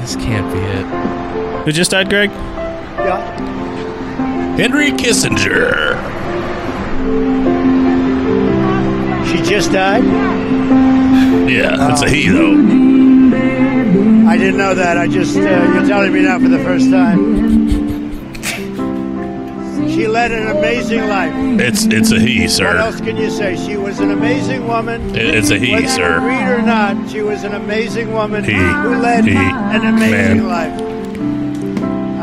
This can't be it. Who just died, Greg? Yeah. Henry Kissinger. She just died? Oh. Yeah, that's a he though. I didn't know that. I just, uh, you're telling me now for the first time. She led an amazing life. It's it's a he, What sir. else can you say? She was an amazing woman. It- It's a he, Whether you sir. read or not, she was an amazing woman He. who led He. an amazing Man. life.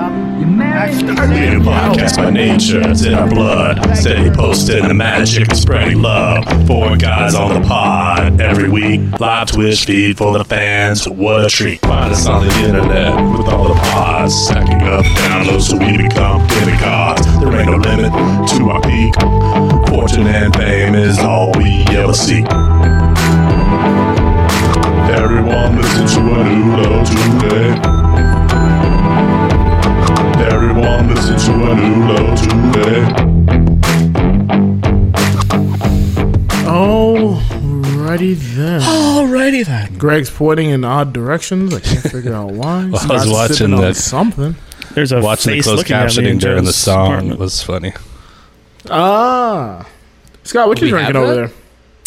Um, Max Being Lucado. black, that's my nature, it's in our blood. Steady posting the magic, spreading love. Four guys on the pod every week. Live Twitch feed for the fans, what a treat. Find us on the internet with all the pods. Stacking up downloads so we become giving gods. There ain't no limit to our peak. Fortune and fame is all we ever seek. Everyone listen to a new low today. Everyone listen to a new low today. Alrighty then. Alrighty then. Greg's pointing in odd directions. I can't figure out why. He's I was not watching sipping on that- something. There's a Watching the face closed looking at me in captioning during the Joe's song apartment. was funny. Ah, Scott, what you We drinking have over that?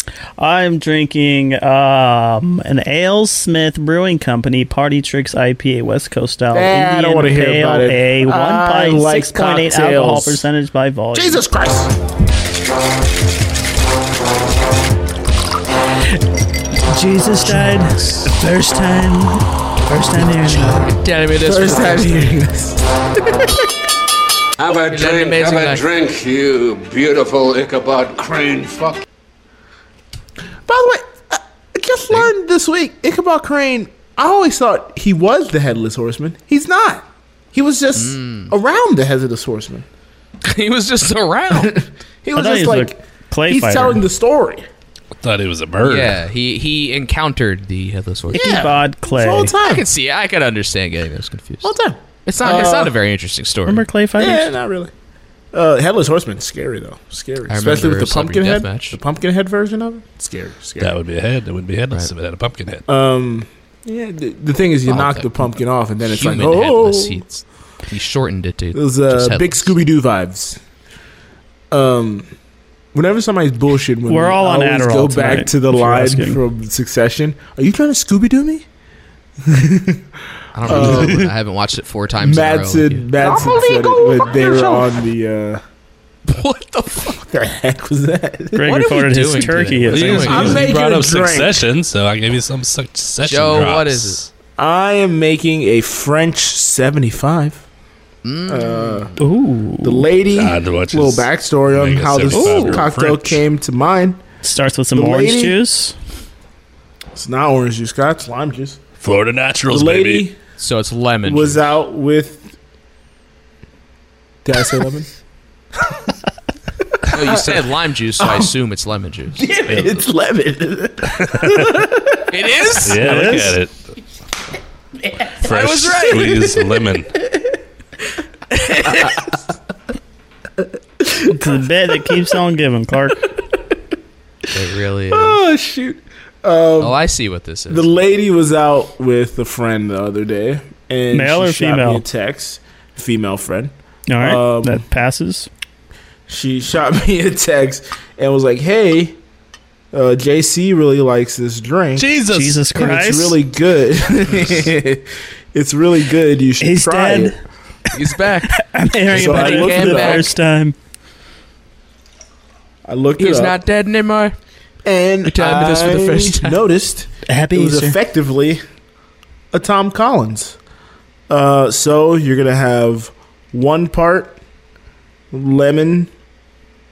there? I'm drinking um, an Ale Smith Brewing Company Party Tricks IPA West Coast style. Eh, I don't Indian wanna hear Pale about it. Ale, one I pint, like six point eight alcohol cocktails. percentage by volume. Jesus Christ! Jesus died first time. First time here. Damn it, this First was- time hearing this. Have a an drink, amazing have a night. drink, you beautiful Ichabod Crane fuck. By the way, I I just learned this week Ichabod Crane. I always thought he was the headless horseman. He's not. He was just around the headless horseman. he was just around. He I was thought just he was like a clay he's fighter. telling the story. Thought he was a bird. yeah, he he encountered the headless horseman. Yeah. Bod Clay. It's all the I time. can see. I can understand getting this confused. All the time. It's not. it's Uh, not a very interesting story. Remember clay fighters? Yeah, not really. Uh, headless horseman, scary though, scary. I Especially with remember the Celebrity pumpkin head, Deathmatch. the pumpkin head version of it. Scary, scary. That would be a head. That would be headless if it had a pumpkin head. Um, yeah. The, the thing is, you Oh, knock that- the pumpkin off, and then it's like, Human oh, headless. He, he shortened it to those just uh, headless. big Scooby Doo vibes. Um, whenever somebody's bullshit, with We're me, all I on always Adderall Go tonight, back to the if you're line asking. from Succession. Are you trying to Scooby Doo me? I don't know. I haven't watched it four times. in a row with uh, Madsen, you. Madsen said it when they were on the. What the fuck? Uh, the heck was that? Greg What are we recorded his doing turkey. today? What as are well. you doing? I'm You making brought a up drink. Succession, so I gave you some Succession Joe, drops. what is I am making a French seventy-five. Uh, Ooh. the lady, God, what little is- backstory on Make a how this 75-year-old cocktail French. came to mind. Starts with some the orange lady- juice. It's not orange juice, Scott. It's lime juice. Florida The Naturals, lady baby. So it's lemon. was juice. out with. Did I say lemon? No, you said lime juice, Oh. so I assume it's lemon juice. it's lemon. It is. Yeah, look is? at it. Fresh was right. squeezed lemon. It's the bed that keeps on giving, Clark. It really is. oh shoot! Oh, I see what this The is. lady was out with a friend the other day, and Male she or shot me female? a text. Female friend. All right. Um, that passes. she shot me a text and was like, "Hey, uh, JC really likes this drink. Jesus. Jesus and Christ. It's really good. it's really good. You should He's try dead. it." He's back. I'm hearing So about I it looked for it the up. first time. I looked it He's up not dead anymore. and telling me this for the I first time. noticed Happy it was Easter. effectively a Tom Collins. Uh, so you're gonna have one part lemon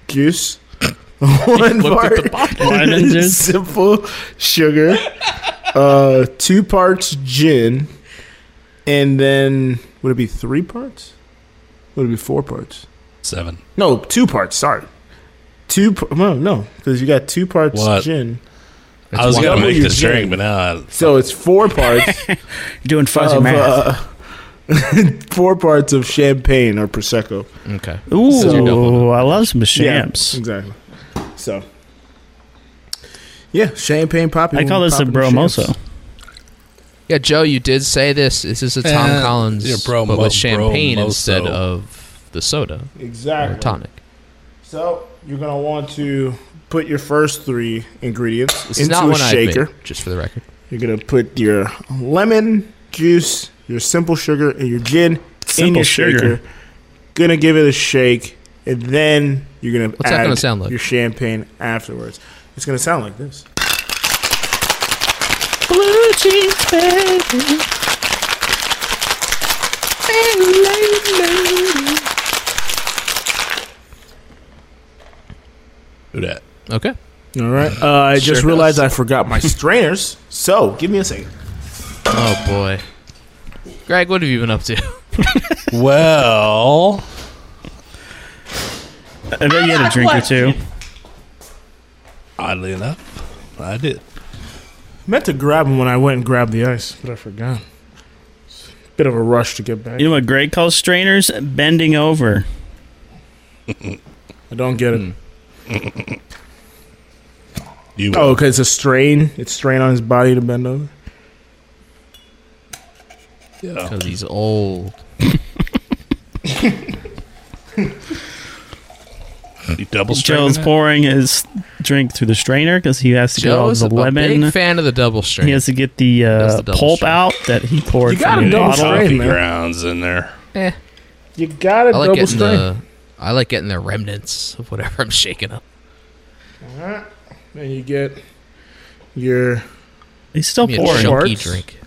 juice, one Looked part at the bottle. Lemon juice. simple sugar, uh, two parts gin, and then would it be three parts? Would it be four parts? Seven. No, two parts. Sorry, two. Par- no, no, because you got two parts What? gin, I was going double to make your this gin. drink, but now I- so it's four parts Doing fuzzy of math. uh, four parts of champagne or prosecco. Okay. you're doubling Ooh, I love some champs. Yeah, exactly. So. Yeah, champagne poppy. I call this a bromoso. Yeah, Joe, you did say this. This is a Tom Eh, Collins, you're bro- but mo- bro- with champagne mozo. instead of the soda or Exactly. tonic. So you're gonna want to put your first three ingredients This is into not a one I shaker. made, just for the record. You're gonna put your lemon juice, your simple sugar, and your gin in Simple your sugar. shaker. Gonna give it a shake, and then you're gonna What's that add gonna sound like? your champagne afterwards. It's gonna sound like this. Do that. Okay. All right. Uh, I Sure just does. realized I forgot my strainers, so give me a second. Oh boy, Greg, what have you been up to? Well, I bet you had a drink or two. oddly enough, I did. Meant to grab them when I went and grabbed the ice, but I forgot. Bit of a rush to get back. You know what Greg calls strainers? Bending over. I don't Hmm. get it. You Oh, okay. It's a strain. It's strain on his body to bend over. yeah. Because he's old. You double Joe's straightening pouring his drink through the strainer because he has to get all Joe's a the lemon. big fan of the double strain. He has to get the, That's uh, the double pulp strain. out that he poured You got from him the double it? bottle. strain. Coffee man. grounds in there. You gotta I like double getting strain. the. I like getting the remnants of whatever I'm shaking up. And you get your He's still Give me a pouring. chunky Sharks. drink.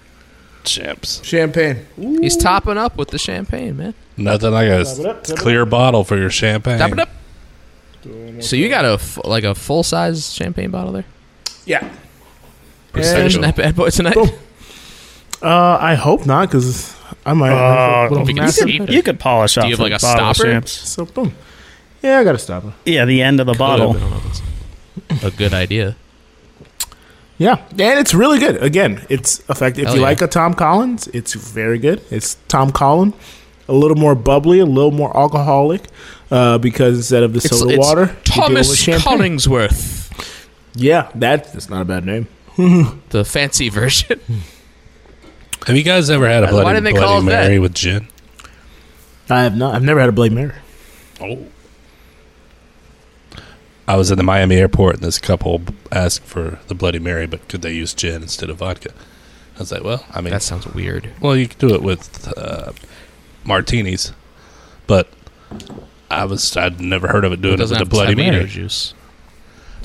Chips. champagne. He's topping up with the champagne, man. Nothing like a Top it up, top it clear bottle for your champagne. Top it up. So you got a f- like a full size champagne bottle there. Yeah. Finishing Prosecco. that bad boy tonight. Boom. Uh, I hope not, because I might. have a Uh, if little you can massive keep it. You could polish off. you have, the like, a bottle stopper? champs. So boom. Yeah, I gotta stop it. Yeah, the end of the bottle. I don't know if it's a good idea. Yeah, and it's really good. Again, it's effective. If Hell you yeah. like a Tom Collins, it's very good. It's Tom Collins, a little more bubbly, a little more alcoholic, uh, because instead of the It's, soda it's water, you deal with Thomas champagne. Collingsworth, Yeah, that, that's not a bad name. the fancy version. Have you guys ever had a Why Bloody, didn't they Bloody call it that? Mary with gin? I have not. I've never had a Bloody Mary. Oh. I was at the Miami airport and this couple b- asked for the Bloody Mary, but could they use gin instead of vodka? I was like, well, I mean, that sounds weird. well, you could do it with uh, martinis, but I was, I'd never heard of it doing it, doesn't with a have Bloody tomato Mary. juice.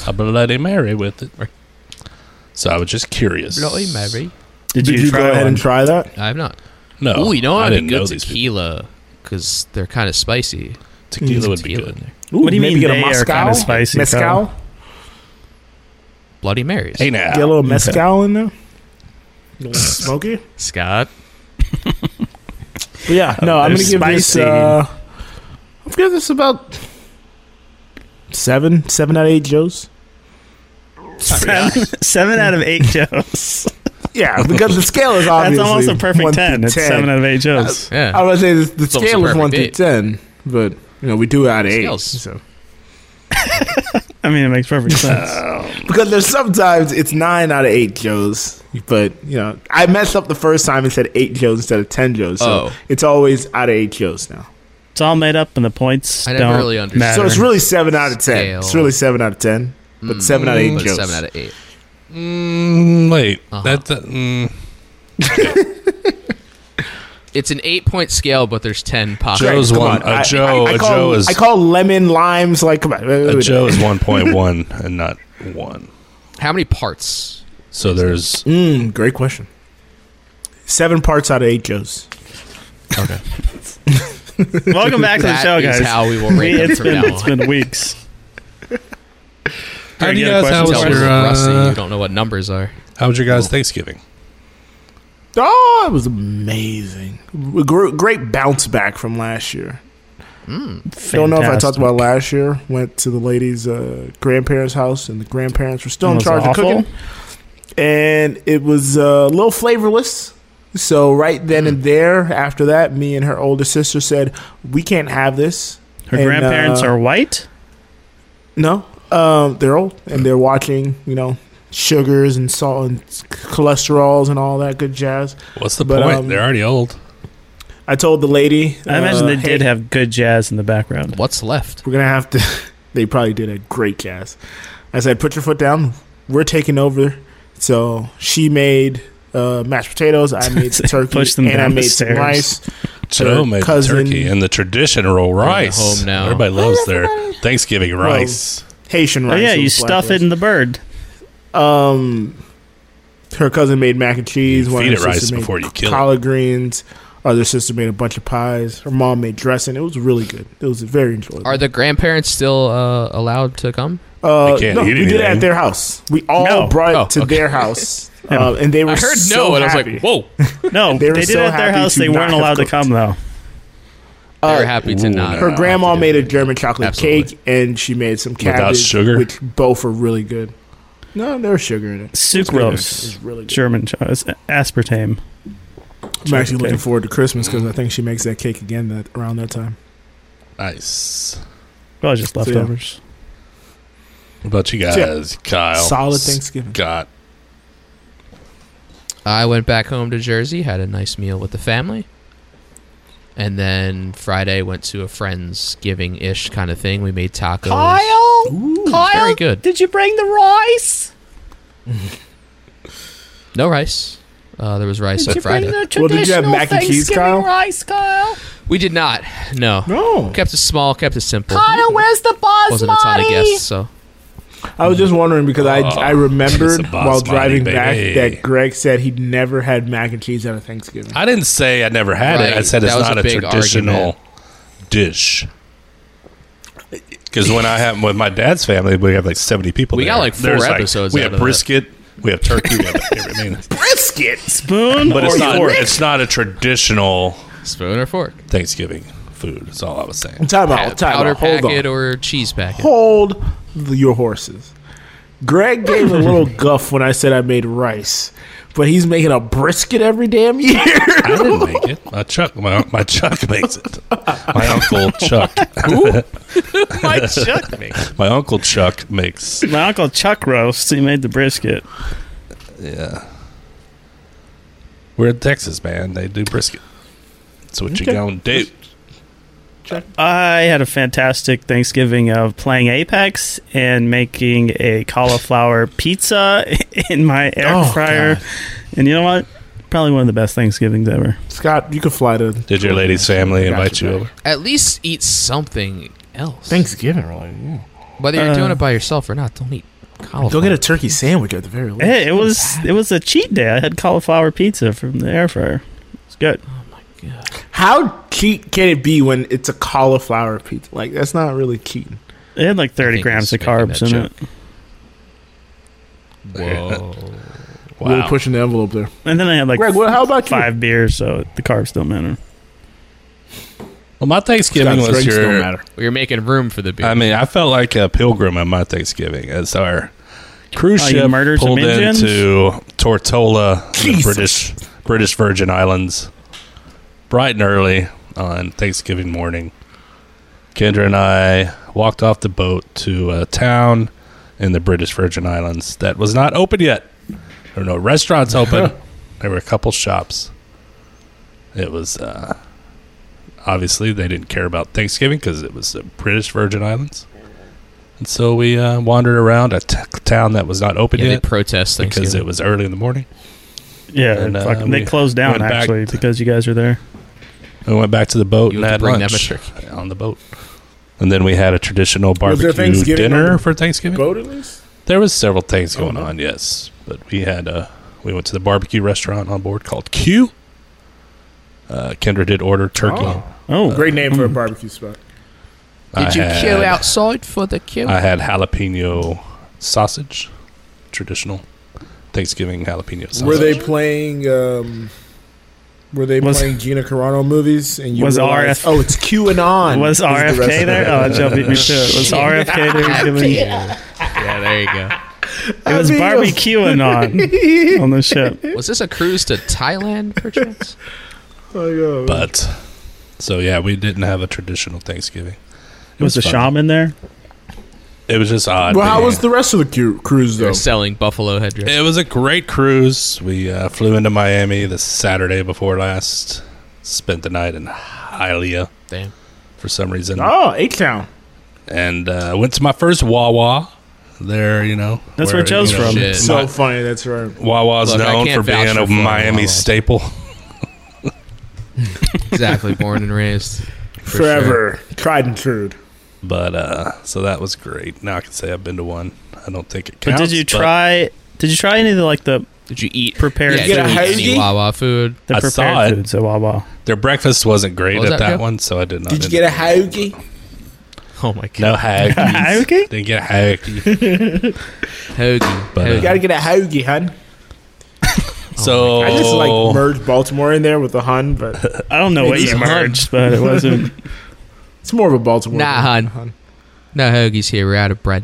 A Bloody Mary with it. Right. So I was just curious. Bloody Mary. Did, Did you, try go ahead one? and try that? I have not. No. Ooh, you know Oh, I what? I'd be didn't know good these people. tequila because they're kind of spicy. Tequila would be Mm, Tequila in good. there. Ooh, What do you maybe mean get a they are mezcal? kinda spicy, Mezcal? Kyle? Bloody Marys. Hey, now. Get a little mezcal in there? A little smoky? Scott. But yeah, no, I'm gonna they're give this. spicy. Uh, I'll give this about seven, seven out of eight Joes. Seven, seven out of eight Joes. Yeah, because the scale is That's obviously almost a perfect one through ten. It's seven out of eight Joes. Yeah. I was gonna say the, the almost scale a is one perfect through ten, but you know we do out of eight. Scales. So. I mean, it makes perfect sense. Because there's sometimes it's nine out of eight Joes, but you know I messed up the first time and said eight Joes instead of ten Joes. So Oh. it's always out of eight Joes now. It's all made up, and the points I never don't really understood. matter. So it's really seven out of ten. It's Scale. really seven out of ten, but seven out of eight Mm. But Joes. seven out of eight. Mm, wait. Uh-huh. That, that, mm, It's an eight point scale, but there's ten pockets. Joe's Come one. on, A I- Joe, I- I a call- Joe is I call lemon limes like come on. wait, wait, a wait. Joe is one point one and not one. How many parts? So there's Mm, great question. Seven parts out of eight Joes. Welcome back to the That show, is guys. how we will rate We- them it's from been now it's on. been weeks. How do you you got a guys- how Tell question me, for us? was your, uh, Rusty, you don't know what numbers are. how was your guys' Thanksgiving? Oh, it was amazing. A gr- Great bounce back from last year. Don't know if I talked Hmm, Fantastic. about last year. Went to the lady's uh, grandparents' house, and the grandparents were still in Was it charge awful? of cooking. And it was uh, a little flavorless. So right then Hmm. and there, after that, me and her older sister said, "We can't have this." Her And, grandparents uh, are white. No, um, they're old and they're watching, you know, sugars and salt and cholesterols and all that good jazz. What's the But, point? um, They're already old. I told the lady. I imagine uh, they hey, did have good jazz in the background. What's left? We're gonna have to. they probably did a great jazz. I said, put your foot down. We're taking over. So she made uh, mashed potatoes. I made the turkey, Pushed them and I down the made stairs. some rice. Joe made the cousin- turkey and the traditional rice. home now. Everybody loves their Thanksgiving rice. Haitian Oh rice. yeah, was you black stuff rice. it in the bird. Um, her cousin made mac and cheese. You One of feed her it rice sisters made before you kill it. collard greens. Other sister made a bunch of pies. Her mom made dressing. It was really good. It was very enjoyable. Are the grandparents still uh, allowed to come? uh, They can't no, we eat did it anything. at their house. We all No. brought it Oh, to okay. their house, uh, and they were. I heard so no, and I was happy. like, whoa. No, They they, were did it so at their happy house. to They not weren't have allowed to cooked. come though. they were happy to ooh, not. no. Her Uh, grandma I'll made a have to do German chocolate Absolutely. cake, and she made some Without cabbage, sugar? which both are really good. No, there was sugar in it. Sucrose, It's really good. German, cho- it's aspartame. I'm actually cake. looking forward to Christmas because I think she makes that cake again that around that time. Nice. Probably just yeah. leftovers. What about you guys, Yeah. Kyle? Solid Thanksgiving. Got I went back home to Jersey, had a nice meal with the family, and then Friday went to a friend's giving ish kind of thing. We made tacos. Kyle, very good. Did you bring the rice? No rice. Uh, there was rice on Friday. Well, did you have mac and cheese, Kyle? we did not. No. No, Kept it small. Kept it simple. Kyle, where's the boss? Wasn't a ton of guests, so I was just wondering because I I remembered it's a while basmati, driving back baby. that Greg said he'd never had mac and cheese at a Thanksgiving. I didn't say I never had it. I Right. said it's That was not a a, big traditional argument. dish. Because when I have with my dad's family, we have like seventy people. We got, there. like, four episodes we out have of that. brisket, we have turkey, we have everything. Brisket. Spoon, But it's or not. fork? It's not a traditional spoon or fork. Thanksgiving food. That's all I was saying. Time out. Time Powder out. Hold on. packet or cheese packet. hold the- your horses. Greg gave a little guff when I said I made rice, but he's making a brisket every damn year. I didn't make it. My Chuck, my, my Chuck makes it. My uncle Chuck, My chutney. my uncle Chuck makes. My uncle Chuck roast. He made the brisket. Yeah, we're in Texas, man. They do brisket. So what you gonna do? I had a fantastic Thanksgiving of playing Apex and making a cauliflower pizza in my air Oh, fryer. And you know what? Probably one of the best Thanksgivings ever. Scott, you can fly to Did your lady's family Gotcha, invite you buddy. over? At least eat something else. Thanksgiving, really. Whether you're doing Uh, it by yourself or not, don't eat cauliflower. Go get a turkey sandwich at the very least. Oh, Hey, it was it was a cheat day. I had cauliflower pizza from the air fryer. It's good. How cheat can it be when it's a cauliflower pizza? Like that's not really cheating. It had like I 30 think grams he's of making carbs that in it. Whoa. Really pushing the envelope there. And then I had like Greg, well, how about you? five beers, so the carbs don't matter. Well, my Thanksgiving Scott's was drinks don't your. matter. You're making room for the beer. I mean, I felt like a pilgrim at my Thanksgiving as our cruise Oh, you ship murdered some pulled Indians? into Tortola, in the Jesus. British British Virgin Islands, bright and early on Thanksgiving morning. Kendra and I walked off the boat to a town in the British Virgin Islands that was not open yet. There were no restaurants open. there were a couple shops. It was uh, obviously they didn't care about Thanksgiving because it was the British Virgin Islands. And so we uh, wandered around a t- town that was not open yeah, they yet protest because Thanksgiving. it was early in the morning. Yeah, And, uh, fucking, we they closed down went back actually to- because you guys were there. We went back to the boat You and have to had bring them lunch a turkey. on the boat. And then we had a traditional there barbecue Thanksgiving on dinner the for Thanksgiving. Boat at least. There was several things Oh, going on, yes, but we had uh, we went to the barbecue restaurant on board called Q. Uh, Kendra did order turkey. Oh. Oh, Great name for a barbecue spot. I Did you had, queue outside for the queue? I had jalapeno sausage, traditional Thanksgiving jalapeno sausage. Were they playing? Um, were they Was- playing Gina Carano movies? And you Was realized, RF Oh, it's QAnon. was is the RFK restaurant. there? Oh, Joe beat me to it. Was Shit. RFK there? Giving, yeah, there you It was mean, it was- barbecuing on on the ship. go. Was this a cruise to Thailand, per chance? Oh, yeah. But so yeah, we didn't have a traditional Thanksgiving. was a fun. shaman there? It was just odd. Well, how being- was the rest of the cu- cruise though? They're selling buffalo headdress. It was a great cruise. We uh, flew into Miami the Saturday before last. Spent the night in Hialeah Damn. for some reason, Oh, H Town. and uh, went to my first Wawa. There, you know, That's where Joe's from. Shit. So funny. That's right. Wawa's Look, I known can't for vouch being for a flying Miami Wawa. staple. Exactly. Born and raised. For sure. Forever tried and true. But uh, so that was great. Now I can say I've been to one. I don't think it But counts. did you try? Did you try any of the like the Did you eat? prepared? Yeah, get did a you eat hoagie? any Wawa food? The I prepared saw it. foods at Wawa. Their breakfast wasn't great What was at that, that, Joe? one, so I did not. Did you get a hoagie? Oh my god. no hag? Ah, Okay. Didn't get a hag. Hoagie. But, uh, Hoagie. You gotta get a hoagie, hun. So Oh Oh. I just like merged Baltimore in there with the hun, but I don't know what It's you hard. merged, but it wasn't. it's more of a Baltimore. Nah, thing. hun. No hoagies here. We're out of bread.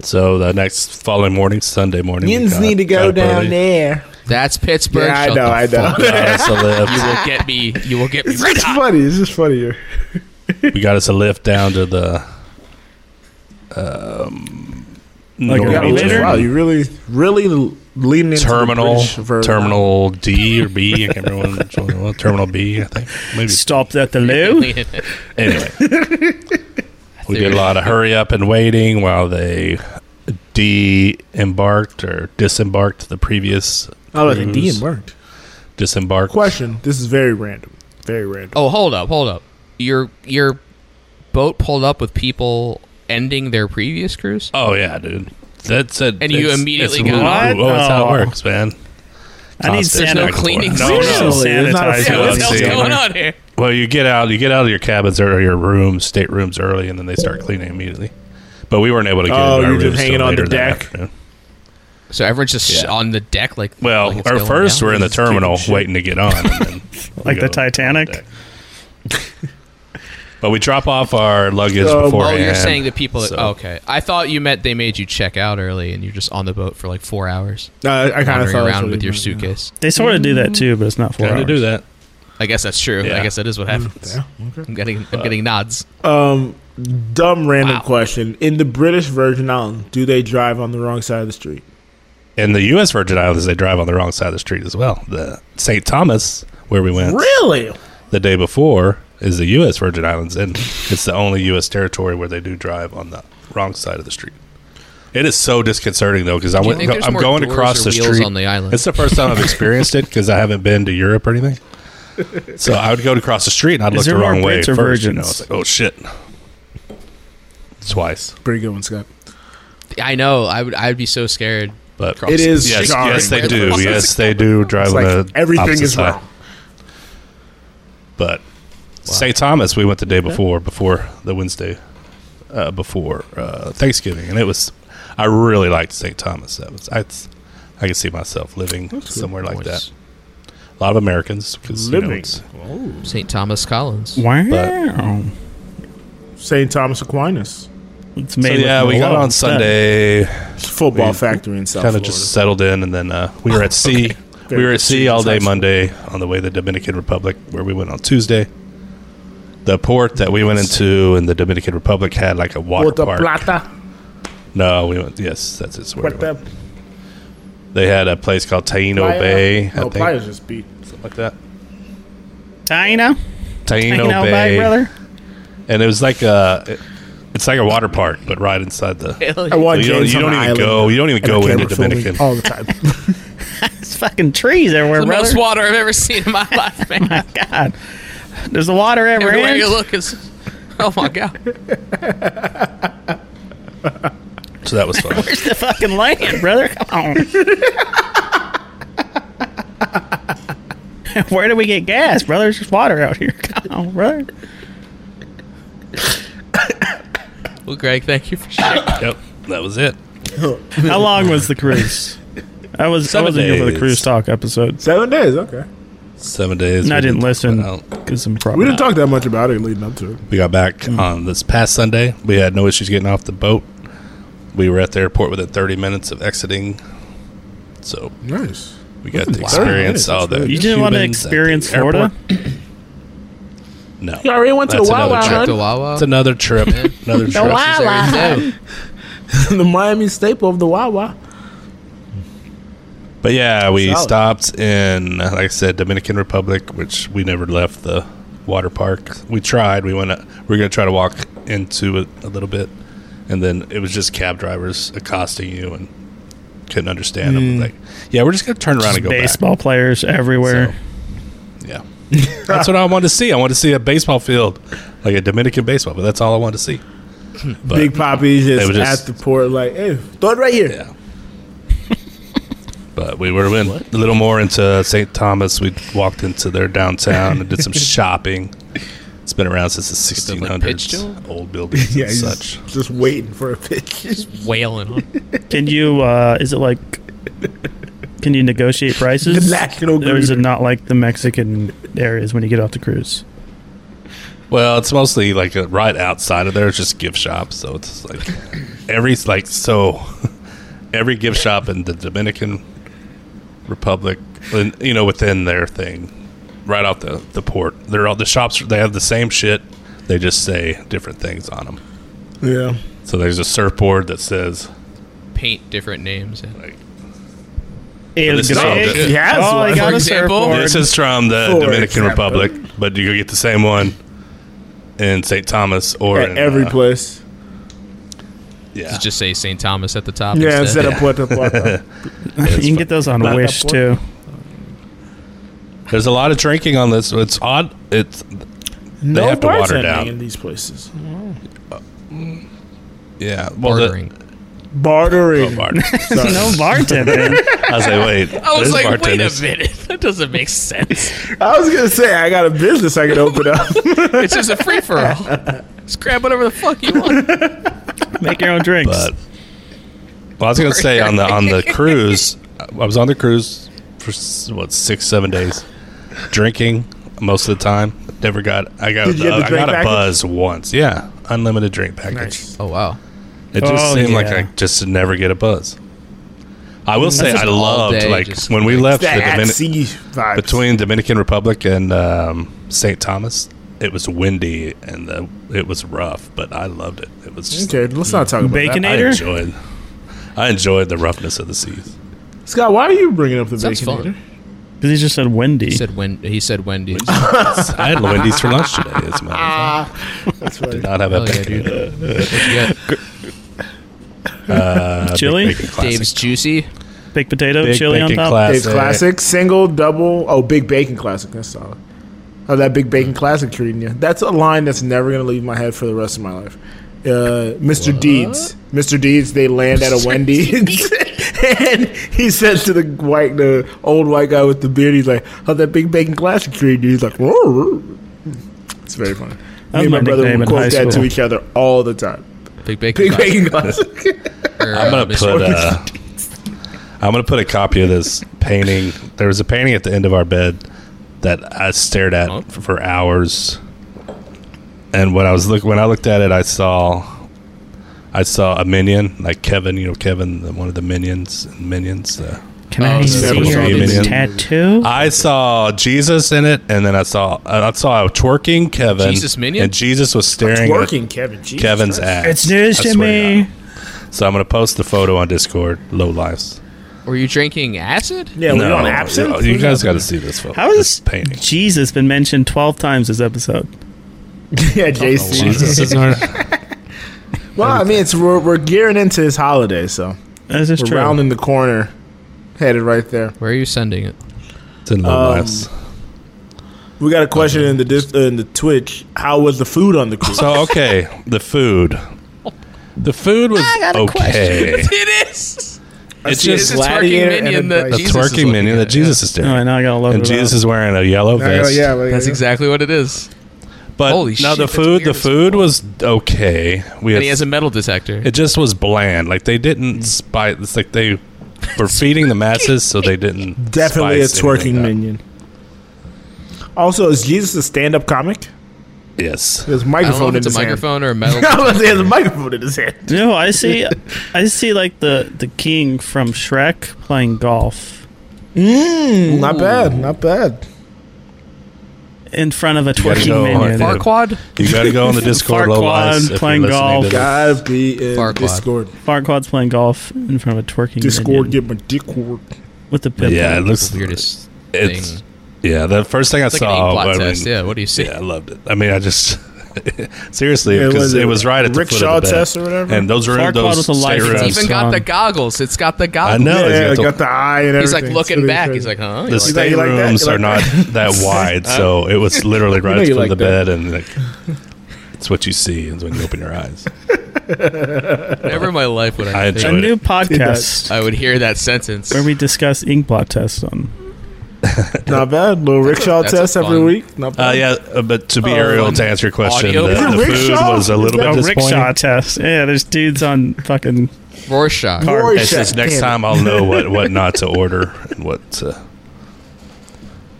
So the next following morning, Sunday morning, we Yins got- need to got go up down early. there. That's Pittsburgh. Yeah, I Shut know, the I know. fuck We got us a You lift. will get me. You will get me. It's just funny. It's just funnier. we got us a lift down to the. Um, Like a north elevator? Wow, you really, really leaning into the terminal British verb. terminal D or B. I can't remember which one. it was. Terminal B, I think. Maybe Stopped at the loo. anyway. we did a lot of hurry up and waiting while they de-embarked or disembarked the previous Oh, like D cruise. and worked. disembarked. Question: This is very random. Very random. Oh, hold up, hold up. Your your boat pulled up with people ending their previous cruise. Oh yeah, dude. That's it. And you It's- immediately it's, got- What? Oh, that's how What? it works, man. I need Constant no sanitizer. back and cleaning forth. Oh, No, There's no. no Seriously, it's not a sanitizer. Yeah, what the hell's see. going on here? Well, you get out. You get out of your cabins or your rooms, state rooms early, and then they start cleaning immediately. But we weren't able to get. Oh, into our you're just rooms till hanging on the later that deck? afternoon. So everyone's just Yeah. on the deck, like Well, like it's our going first down. we're in the terminal waiting to get on, and then Like we the go on Titanic? deck. but we drop off our luggage Oh, Oh, beforehand. you're saying the people. That, oh, so- Okay, I thought you meant they made you check out early, and you're just on the boat for like four hours, Uh, I kind of wandering thought around with your suitcase. suitcase. They sort of do that too, but it's not four Gotta hours. do that. I guess that's true. I Yeah. guess that is what Mm, happens. I'm getting I'm getting nods. Um, dumb random Wow. question. In the British Virgin Islands, do they drive on the wrong side of the street? In the U.S. Virgin Islands, they drive on the wrong side of the street as well. The St. Thomas, where we went, Really? the day before is the U.S. Virgin Islands, and it's the only U.S. territory where they do drive on the wrong side of the street. It is so disconcerting though because I you went, think there's I'm more going doors across or the wheels street on the island? It's the first time I've experienced it because I haven't been to Europe or anything. So I would go to cross the street and I'd Is look the there more wrong way Brits first. or You know, virgins? it's like, oh shit, twice. Pretty good one, Scott. I know. I would I would be so scared. But It is yes, jarring. yes, they Where the do. fuck is Yes, they do drive It's on like the everything opposite is side. wrong. But St. Thomas, we went the day before, before the Wednesday, uh, before uh, Thanksgiving, and it was. I really liked St. Thomas. That was I. I could see myself living somewhere like that. A lot of Americans, 'cause, you know, Living. it's- St. Thomas Collins. Wow. St. Thomas Aquinas. It's so made with yeah, we got Malone. on Sunday, It's a football We factory in South kind Florida. of just settled in, and then uh, we were at sea. Very we were at good sea students all high day school. Monday on the way to the Dominican Republic, where we went on Tuesday. The port that we went into in the Dominican Republic had like a water Puerto park. Plata. No, we went. Yes, that's its word. Puerto They had a place called Taino Playa. Bay, I No, think, Playa's just beat. something like that. Taino. Taino, Taino Bay, Bay, brother. and it was like a, it- it's like a water park, but right inside the. I want you don't, James you on don't the even island go. You don't even and go the into camera filming Dominican. all the time. It's fucking trees everywhere, the most brother. water I've ever seen in my life, man. God. There's the water everywhere. Everywhere you look is. Oh my god! So that was fun. Where's the fucking land, brother? Come on. Where do we get gas, brother? There's just water out here. Come on, brother. Well, Greg, thank you for sharing. yep, that was it. How long was the cruise? I was I Seven wasn't here for the days. cruise talk episode. Seven days, okay. Seven days. No, I we didn't listen I don't- because I'm We probably didn't talk that much about it leading up to it. We got back on this past Sunday. We had no issues getting off the boat. We were at the airport within 30 minutes of exiting. So Nice. we got to Wow. experience all the. You You didn't want to Cubans at the experience airport. Florida? No. You already went to That's the Wawa, another Trip hun. to Wawa. It's another trip. another trip. Wawa. the Miami staple of the Wawa. But yeah, we Solid. stopped in, like I said, Dominican Republic, which we never left the water park. We tried. We went. uh, We are gonna try to walk into it a little bit, and then it was just cab drivers accosting you and couldn't understand them. Like, yeah, we're just gonna turn around Hmm. Just and go baseball players everywhere. back. Yeah, that's what I wanted to see. I wanted to see a baseball field, like a Dominican baseball. But that's all I wanted to see. But, Big Poppy They just, were just- at the port, like, hey, throw it right here. Yeah. But we were in a little more into St. Thomas. We walked into their downtown and did some shopping. It's been around since the it, like, pitched to 1600s. Old buildings Yeah, and he's such. just waiting for a pitch. Wailing on. Can you? uh Is it like? Can you negotiate prices? National Or is it not like the Mexican areas when you get off the cruise? Well, it's mostly like uh right outside of there. It's just gift shops. So it's like every like so every gift shop in the Dominican Republic, and, you know, within their thing, right off the the port. They're all the shops. They have the same shit. They just say different things on them. Yeah. So there's a surfboard that says Paint different names. yeah. El this is all Grey. good. He has Oh, I one. got For a example? surfboard. this is from the For Dominican example. Republic, but you could get the same one in St. Thomas or At in, every uh, place. Yeah, Does it just say St. Thomas at the top? Yeah, instead? instead of Puerto Plata. You can get those on Not Wish that too. there's a lot of drinking on this. It's odd. It's No have to water bartending down. in these places. yeah, well, the- Ordering. Bartering. oh, bartering. Sorry. No bartending. I was like, wait. I was there's like, wait a bartenders. minute. That doesn't make sense. I was gonna say I got a business I could open up. It's just a free for all. Just grab whatever the fuck you want. Make your own drinks. But well, I was gonna say on the on the cruise, I was on the cruise for s- what six seven days, drinking most of the time. Never got I got Did you the- get the I drink got a package? buzz once. Yeah, unlimited drink package. Oh wow. It just Oh, seemed like yeah. I just never get a buzz. I will say just I Mm, all loved day, like just, when we like, left the That at Dominican sea vibes. between Dominican Republic and um, St. Thomas. It was windy and the, it was rough, but I loved it. It was just okay, let's not talk about Bacon- that. I Nader? enjoyed. I enjoyed the roughness of the seas. Scott, why are you bringing up the Sounds bacon? fun. eater? Because he just said Wendy. He said when he said Wendy's. I had Wendy's for lunch today. As a matter of fact, That's right. did not have Hell a Oh, yeah, bacon. dude. What you got? Uh, Chili? Big bacon classic. Dave's juicy. Baked potato, Big chili on bacon top. classic. Dave's classic, single, double. Oh, big bacon classic. That's solid. Oh, that big bacon classic treating you. That's a line that's never gonna leave my head for the rest of my life. Uh, Mr. Deeds, Mr. Deeds, they land at a Wendy's, and he says to the white, the old white guy with the beard, he's like, "How that big bacon classic treating you?" He's like, "Whoa." "It's very funny." That Me and was my my brother nickname would in high quote that to school. each other all the time. Big bacon. Big classic. bacon classic. Or, I'm uh, gonna Mr. put. Ortiz. Uh, I'm gonna put a copy of this painting. There was a painting at the end of our bed that I stared at Oh. f- for hours. And when I was look when I looked at it, I saw, I saw a minion like Kevin. You know Kevin, the, one of the minions and minions. Uh, Can Oh, I the see double your minion. tattoo? I saw Jesus in it, and then I saw I saw a twerking Kevin. Jesus minion? and Jesus was staring Working, at Kevin. Jesus Kevin's Christ. ass. it's news I to swear to me. God. So I'm gonna post the photo on Discord. Low lives. Were uh, you drinking acid? Yeah, we on no, absinthe. You guys got to see this photo. How has this painting? Jesus been mentioned 12 times this episode? yeah, JC. Jesus is our. Well, I mean, it's we're, we're gearing into this holiday, so That's just we're true. rounding the corner, headed right there. Where are you sending it? It's in low lives. We got a question in the dis- uh, in the Twitch. How was the food on the cruise? So okay, the food. The food was okay. It is. It's It is just a twerking gladiator and minion a that the dice. Jesus is twerking looking menu at, that yeah. Jesus is Oh, All right, doing, now Oh, I gotta load and it Jesus up. is wearing a yellow vest. That's exactly what it is. But Holy no, shit, the that's food. weird The as food was okay. And We had, he has a Mm. metal detector. it just was bland. Like they didn't spice. It's like they were feeding the masses, so they didn't. Definitely a spice anything twerking up. minion. Also, is Jesus a stand-up comic? Yes. There's a I don't know microphone if in it's a his hand. microphone or a Oh, metal. I was gonna say, there's a microphone in his hand. No, I see. I see like the the king from Shrek playing golf. Not bad, not bad. in front of a gotta twerking go minion. on- Farquad? You got to go on the Discord, low Farquaad lights, if you're playing listening golf. to this. Gotta be in Farquaad. Discord. Farquad's playing golf in front of a twerking Discord, minion get my dick worked. with the pimple. Yeah, it looks It's the weirdest It's thing. yeah. The first thing I It's like an saw, ink blot I mean, test. Yeah, what do you see? yeah, I loved it. I mean, I just seriously because it, was, right at the foot rickshaw of the bed. test or whatever. and those are Farquaad those with a life stereo- It's It's even got on. the goggles. It's got the Um, I goggles. yeah, know. it's got the- got the eye and everything. He's like It's looking really back. crazy. He's like, huh? You like- the that, you state like that, you rooms like are not that wide, so it was literally right know at the you foot of like the that. bed, and like, it's what you see is when you open your eyes. Never in my life would I I. a think enjoyed new it. podcast I would hear that sentence. where we discuss ink blot tests on. not bad. Little rickshaw that's a test every fun- week. Not bad. Uh, yeah, uh, but to be Oh, aerial to answer your question, the, audio- Is it the food rickshaw? was a little bit Oh, disappointing. rickshaw test. Yeah, there's dudes on fucking. Rorschach. Car- Roy It's Shack, just damn next it. time I'll know what, what not to order and what to.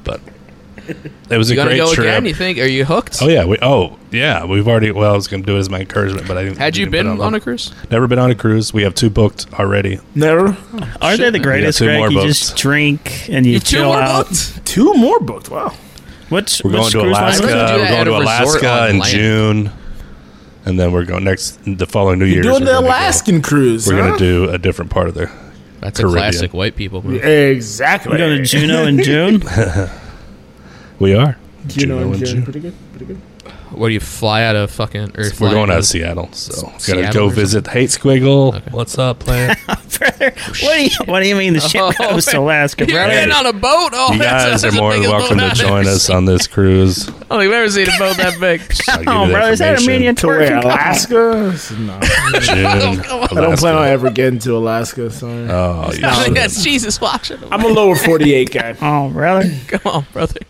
But it was a You gonna great go trip. again? You think? Are you hooked? Oh yeah, we oh yeah, we've already. Well, I was gonna do it as my encouragement, but I didn't. Had you didn't put been it on a cruise? Never been on a cruise. We have two booked already. Never. Are they the greatest? two more Greg, you boats. just drink and you, You two chill more out. boats? Two more booked. Wow. Which We're going which to cruise line was I'd Alaska. rather do We're that going at to a resort Alaska on in land. June, and then we're going next the following New Year's. Doing we're the gonna go- Alaskan cruise. We're huh? gonna do a different part of the. That's a Caribbean. classic white people move. Exactly. it? We're going to Juneau in June. We are. You know, Juneau in in June. June. Pretty good. Pretty good. What do you fly out of fucking? Or fly We're going out to of- Seattle, so Seattle gotta or go something? visit Hate Squiggle. What's up, plan? Brother, what do you what do you mean the ship Oh, goes to man. Alaska? You're brother? in on a boat. Oh, You that's- guys that's are the more than biggest welcome boat to I've join ever us seen. on this cruise. I don't think I've ever seen a boat that big. I'll give you Oh, the brother, is that a information. median To wait, twerking? Alaska? No. June, I don't plan on Alaska. ever getting to Alaska. Sorry. Oh, you I think should. that's Jesus watching. I'm a lower 48 guy. Oh, brother. Come on, brother.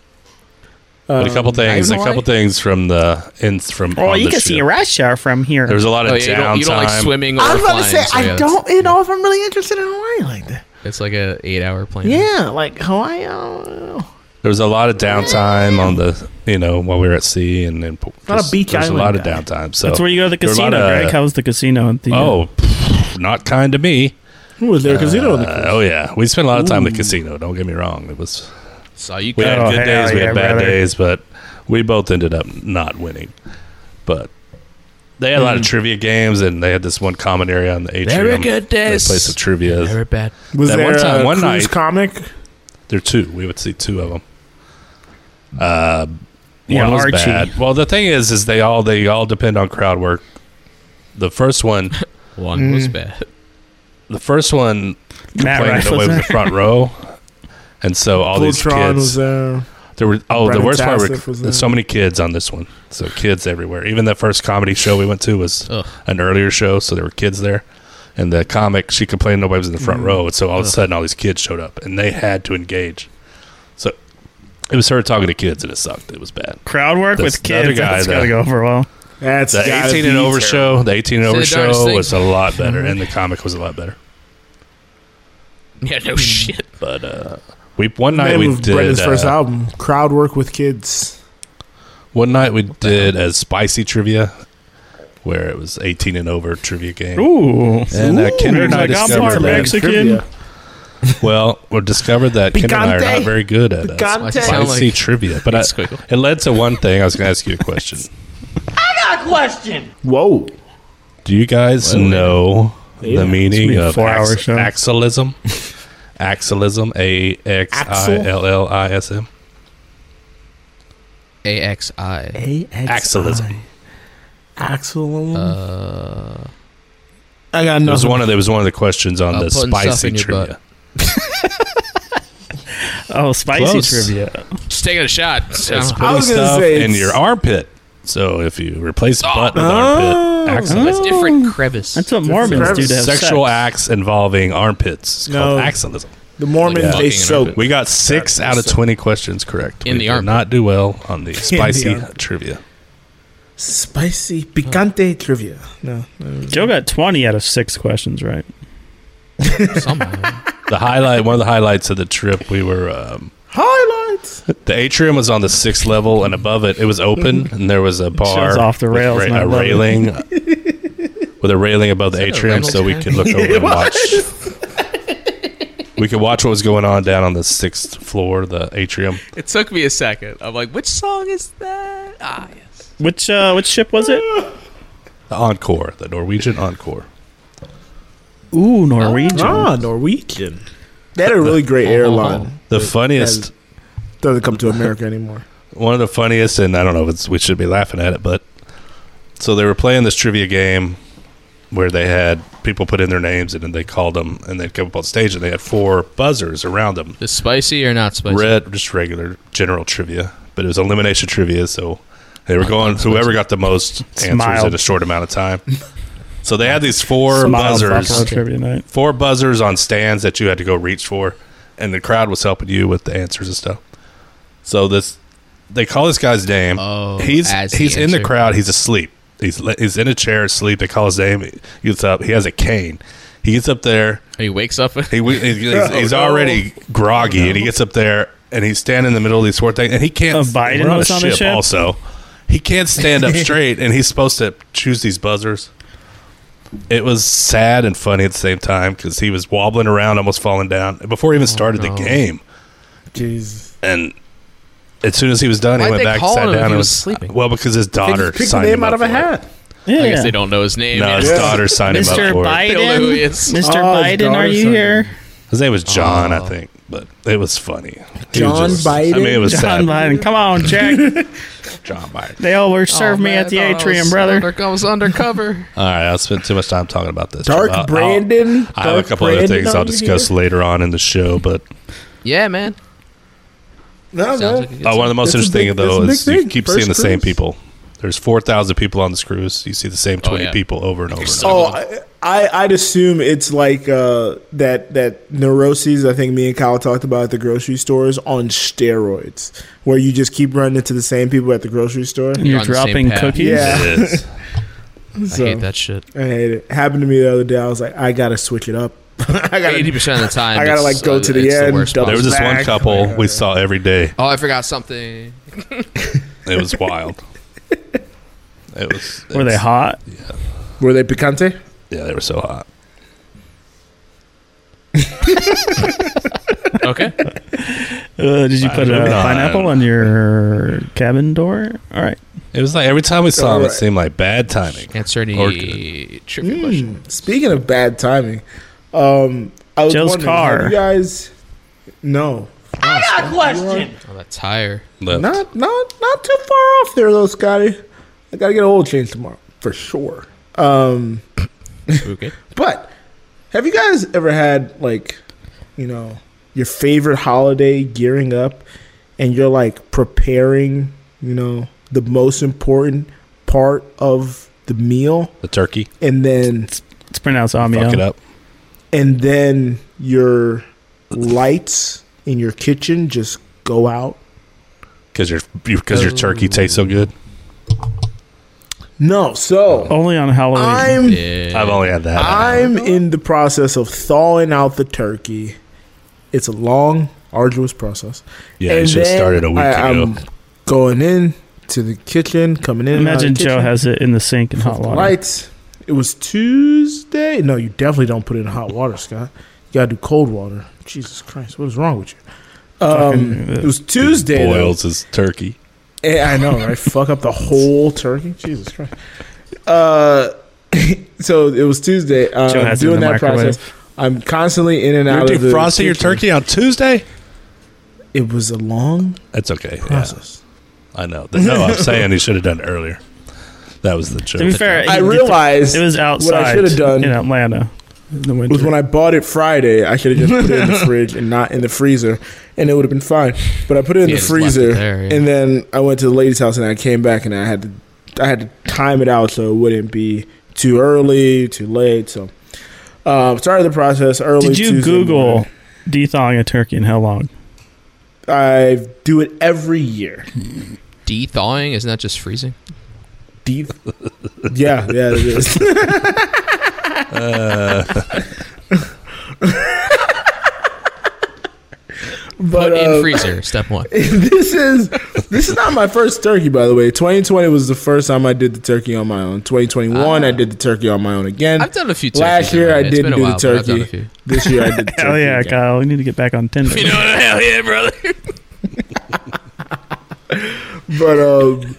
But a Uh, couple things, a Ivanhoe? couple things from the in from. Well, on you the can see ship. Russia from here. There was a lot of Oh, yeah, you, don't, downtime. you don't like swimming or I was about flying. to say, so yeah, I it's- don't you know if I'm really interested in Hawaii like that. It's like a eight-hour plane. Yeah, like Hawaii. uh, I don't know. There was a lot of downtime on the, you know, while we were at sea and then Not a beach There's a island lot of guy. downtime. So That's where you go to the there were a casino, lot of- Greg. How was the casino? At the, oh, pff, not kind to me. Who was there? Because you know Uh, oh yeah, we spent a lot of time at the casino. Don't get me wrong. It was So you we can. had good Oh, hell days, we yeah, had bad brother. days, but we both ended up not winning. But they had a Mm. lot of trivia games, and they had this one common area on the atrium. Very good days. They played some trivia. Very bad. was that there one time, a one cruise night- comic? There are two. We would see two of them. Uh, Yeah, one was Archie. bad. Well, the thing is, is they all they all depend on crowd work. The first one, One was bad. the first one Matt playing Rife the was way was the there. front row, and so all these Voltron kids was there. There were oh the Brennan worst part Tassif was were in so it. many kids on this one. So kids everywhere. Even the first comedy show we went to was Ugh. an earlier show, so there were kids there. And the comic she complained nobody was in the front Mm-hmm. row, and so all of a sudden all these kids showed up and they had to engage. So it was her talking to kids and it sucked. It was bad. Crowd work That's with the other kids. guy That's that- got to go over well. That's The gotta eighteen be and terrible. over show, the eighteen and Say over the darndest show thing. was a lot better, and the comic was a lot better. Yeah, no shit. But uh, we one night Name we of Brennan's did uh, first album, Crowd Work with Kids. one night we did a spicy trivia, where it was eighteen and over trivia game. Ooh. And uh, Kinder and I like, I'm part discovered that. Mexican. Trivia. Well, we discovered that Kinder and I are not Picante. very good at uh, Picante. Sound spicy like- trivia. But I, It's cool. it led to one thing. I was going to ask you a question. Whoa. Do you guys know the meaning It's been of four hour ax- show. axiolism? axiolism. A X I L L I S M. A X I. Axiolism. Axel. Uh, I got It was nothing. one of the, it was one of the questions on Uh, the putting stuff spicy in your trivia. butt. Oh, spicy Close. trivia. just taking a shot. It's Sounds- putting was gonna stuff say in it's- your armpit. So if you replace Oh. butt with Ah. armpit, axiolism. That's different crevice. That's what Mormons Different do to have Sexual sex. acts involving armpits. It's called No. axiolism. the Mormon Like fucking they in soap. our We got six out of twenty questions correct. In we the did armpit. not do well on the spicy armpit. trivia. Spicy picante trivia. No. Joe got 20 out of six questions, right? somehow. The highlight, one of the highlights of the trip, we were um, Highlights. the atrium was on the sixth level, and above it, it was open, and there was a bar off the with rails, ra- not a above it. railing with a railing above the that a atrium, so we Reynolds could look over and watch. we could watch what was going on down on the sixth floor, the atrium. It took me a second. I'm like, which song is that? Ah, yes. Which uh, which ship was it? The Encore, the Norwegian Encore. Ooh, Norwegian. Ah, Norwegian. They had a really great airline. The funniest, Doesn't come to America anymore. one of the funniest, and I don't know if it's, we should be laughing at it, but so they were playing this trivia game where they had people put in their names and then they called them and they'd come up on stage and they had four buzzers around them. The spicy or not spicy? Red, just regular general trivia, but it was elimination trivia, so they were going whoever got the most answers Smile. in a short amount of time. So they had these four Smile buzzers, Buffalo Trivia Night. four buzzers on stands that you had to go reach for, and the crowd was helping you with the answers and stuff. So this, they call this guy's name. Oh, he's as the he's in the answer. crowd. He's asleep. He's le- he's in a chair asleep. They call his name. He gets up. He has a cane. He gets up there. He wakes up. He, we- he's, he's, he's no. already groggy, and he gets up there and he's standing in the middle of these four things, and he can't. Uh, Biden we're was on the ship? also. He can't stand up straight, and he's supposed to choose these buzzers. It was sad and funny at the same time because he was wobbling around, almost falling down before he even started no. the game. Jeez. And as soon as he was done, he Why'd went they back, call sat him if down, he and was sleeping? Well, because his They daughter just picked the signed name him out up of a for it. hat. Yeah. I guess they don't know his name. No, his Yeah. daughter signed him Mr. up for it. They don't know who he Biden. is. Mr. Oh, his Biden, are daughter's you son. here? His name was John, Oh. I think, but it was funny. He was John I mean, it was sad. John Biden. Come on, Jack. John Biden. They all Oh, were served me at the atrium, brother. goes undercover. All right, I spent too much time talking about this. Dark Uh, I'll- I'll- Brandon. I have a Dark couple other Brandon things on I'll you discuss here? later on in the show, but yeah, man. No, Sounds no. like a good uh, one of the most That's a interesting big- though that's a big is you thing. keep First seeing the same cruise. people. There's four thousand people on this cruise. You see the same twenty Oh, yeah. people over and over. And over. Oh, I, I- I'd assume it's like uh, that that neuroses. I think me and Kyle talked about at the grocery stores on steroids, where you just keep running into the same people at the grocery store. You're You're on the same dropping path. cookies. Yeah, It is. so, I hate that shit. I hate it. Happened to me the other day. I was like, I gotta switch it up. I gotta. Eighty percent of the time, I gotta, it's, like, go uh, to the it's end, worst double- There was this one Back. couple we saw every day. Oh, I forgot something. It was wild. It was. it Were they was- hot? Were they picante? Yeah, they were so hot. Okay. Uh, did you put a don't know. pineapple on your cabin door? All right. It was like every time we saw them, it Alright. seemed like bad timing. Answer Or any Hmm. trivia question. Speaking of bad timing, um, I was Joe's wondering, car. have you guys, no, Oh, that tire. Left. not not not too far off there though, Scotty. I gotta get a oil change tomorrow for sure. Um, Okay. But have you guys ever had like, you know, your favorite holiday gearing up and you're like preparing, you know, the most important part of the meal the turkey. and then It's pronounced Fuck it Amio. up. and then your lights in your kitchen just go out? Because your because your turkey tastes so good. No, so Only on Halloween. I'm Yeah. I've only had that. I'm in the process of thawing out the turkey. It's a long, arduous process. Yeah, it should have then started a week ago. I'm going in to the kitchen, coming in. and out of the Imagine Joe kitchen. has it in the sink in hot Off the water. lights. It was Tuesday. No, you definitely don't put it in hot water, Scott. You gotta do cold water. Jesus Christ, what is wrong with you? Um, Fucking, uh, it was Tuesday. though. boils his turkey. Eh, I know, right? Fuck up the whole turkey. Jesus Christ. Uh, so it was Tuesday. Uh, Joe I'm has it in doing the that microwave. process. I'm constantly in and You're out of the defrosting your kitchen. turkey on Tuesday? It was a long That's okay. yeah. process. I know. No, I'm saying he should have done it earlier. That was the To be joke. fair, I he did- realized it was outside. should have done- in Atlanta. In the winter. was when I bought it Friday. I should have just put it in the fridge and not in the freezer, and it would have been fine. But I put it in Yeah, the just left it freezer, there, yeah. and then I went to the lady's house, and I came back, and I had to, I had to time it out so it wouldn't be too early, too late. So, uh, started the process early. Did you Tuesday Google morning. dethawing a turkey and how long? I do it every year. De thawing isn't that just freezing? Deep. yeah, yeah, it is. Uh. but Put in uh, freezer. Step one. this is this is not my first turkey, by the way. 2020 was the first time I did the turkey on my own. 2021, I did the turkey on my own again. Ah. I've done a few. Last turkeys in year my I head. It's been didn't a do the while, but I've done a turkey. few. This year I did. Hell turkey yeah, again. Kyle. We need to get back on Tinder. You know what? Hell yeah, brother. But um,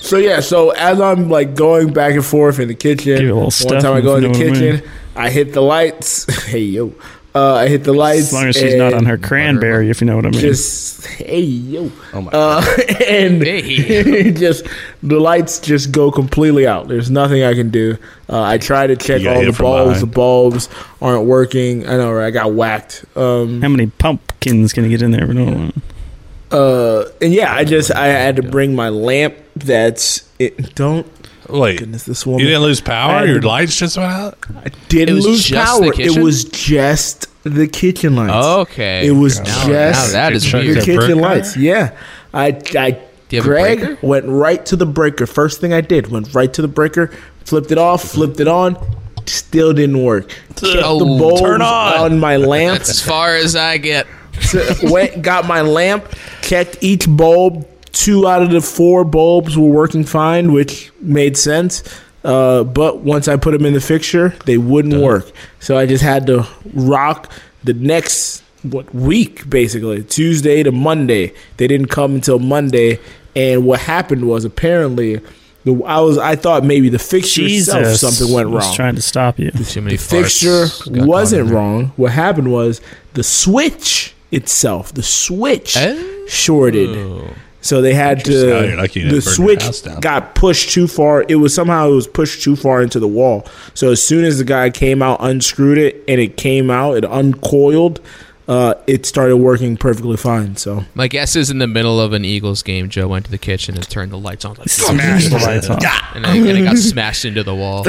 so yeah, so as I'm like going back and forth in the kitchen, Give it a little one stuff time I if go in you the know what I mean. kitchen, I hit the lights. hey yo, uh, I hit the lights. as long as she's not and on her cranberry, if you know what I mean. Just hey yo, Oh my uh, and Hey. just the lights just go completely out. There's nothing I can do. Uh, I try to check You got all hit the from bulbs. The behind. bulbs aren't working. I know, right? I got whacked. Um, How many pumpkins can you get in there? We don't want- uh, and yeah, I just I had to bring my lamp. That's it. Don't Wait, goodness, this you woman. didn't lose power? I- Your lights just went out? I It didn't was lose just the power. It kitchen? was just the kitchen lights. Okay. It was now, now just that is Chuck the weird. Is that kitchen breaker? lights. Yeah, I, I you have a breaker? Greg went right to the breaker. First thing I did went right to the breaker, flipped it off, flipped it on, still didn't work. Kept the Oh, bulbs turn on. my lamp. That's as far as I get. t- went got my lamp, checked each bulb. Two out of the four bulbs were working fine, which made sense. Uh, but once I put them in the fixture, they wouldn't work. So I just had to rock the next what week, basically Tuesday to Monday. They didn't come until Monday, and what happened was apparently. The, I was I thought maybe the fixture itself Jesus, something went was wrong trying to stop you. Too many the fixture farts got wasn't caught in wrong. What happened was the switch itself, the switch there. shorted. Oh. So they had to. Interesting. Oh, you're lucky you the didn't burn your switch house down. got pushed too far. It was somehow it was pushed too far into the wall. So as soon as the guy came out, unscrewed it, and it came out, it uncoiled. Uh, it started working perfectly fine. So My guess is in the middle of an Eagles game, Joe went to the kitchen and turned the lights on, like, Smash the lights on. and, then, and it got smashed into the wall.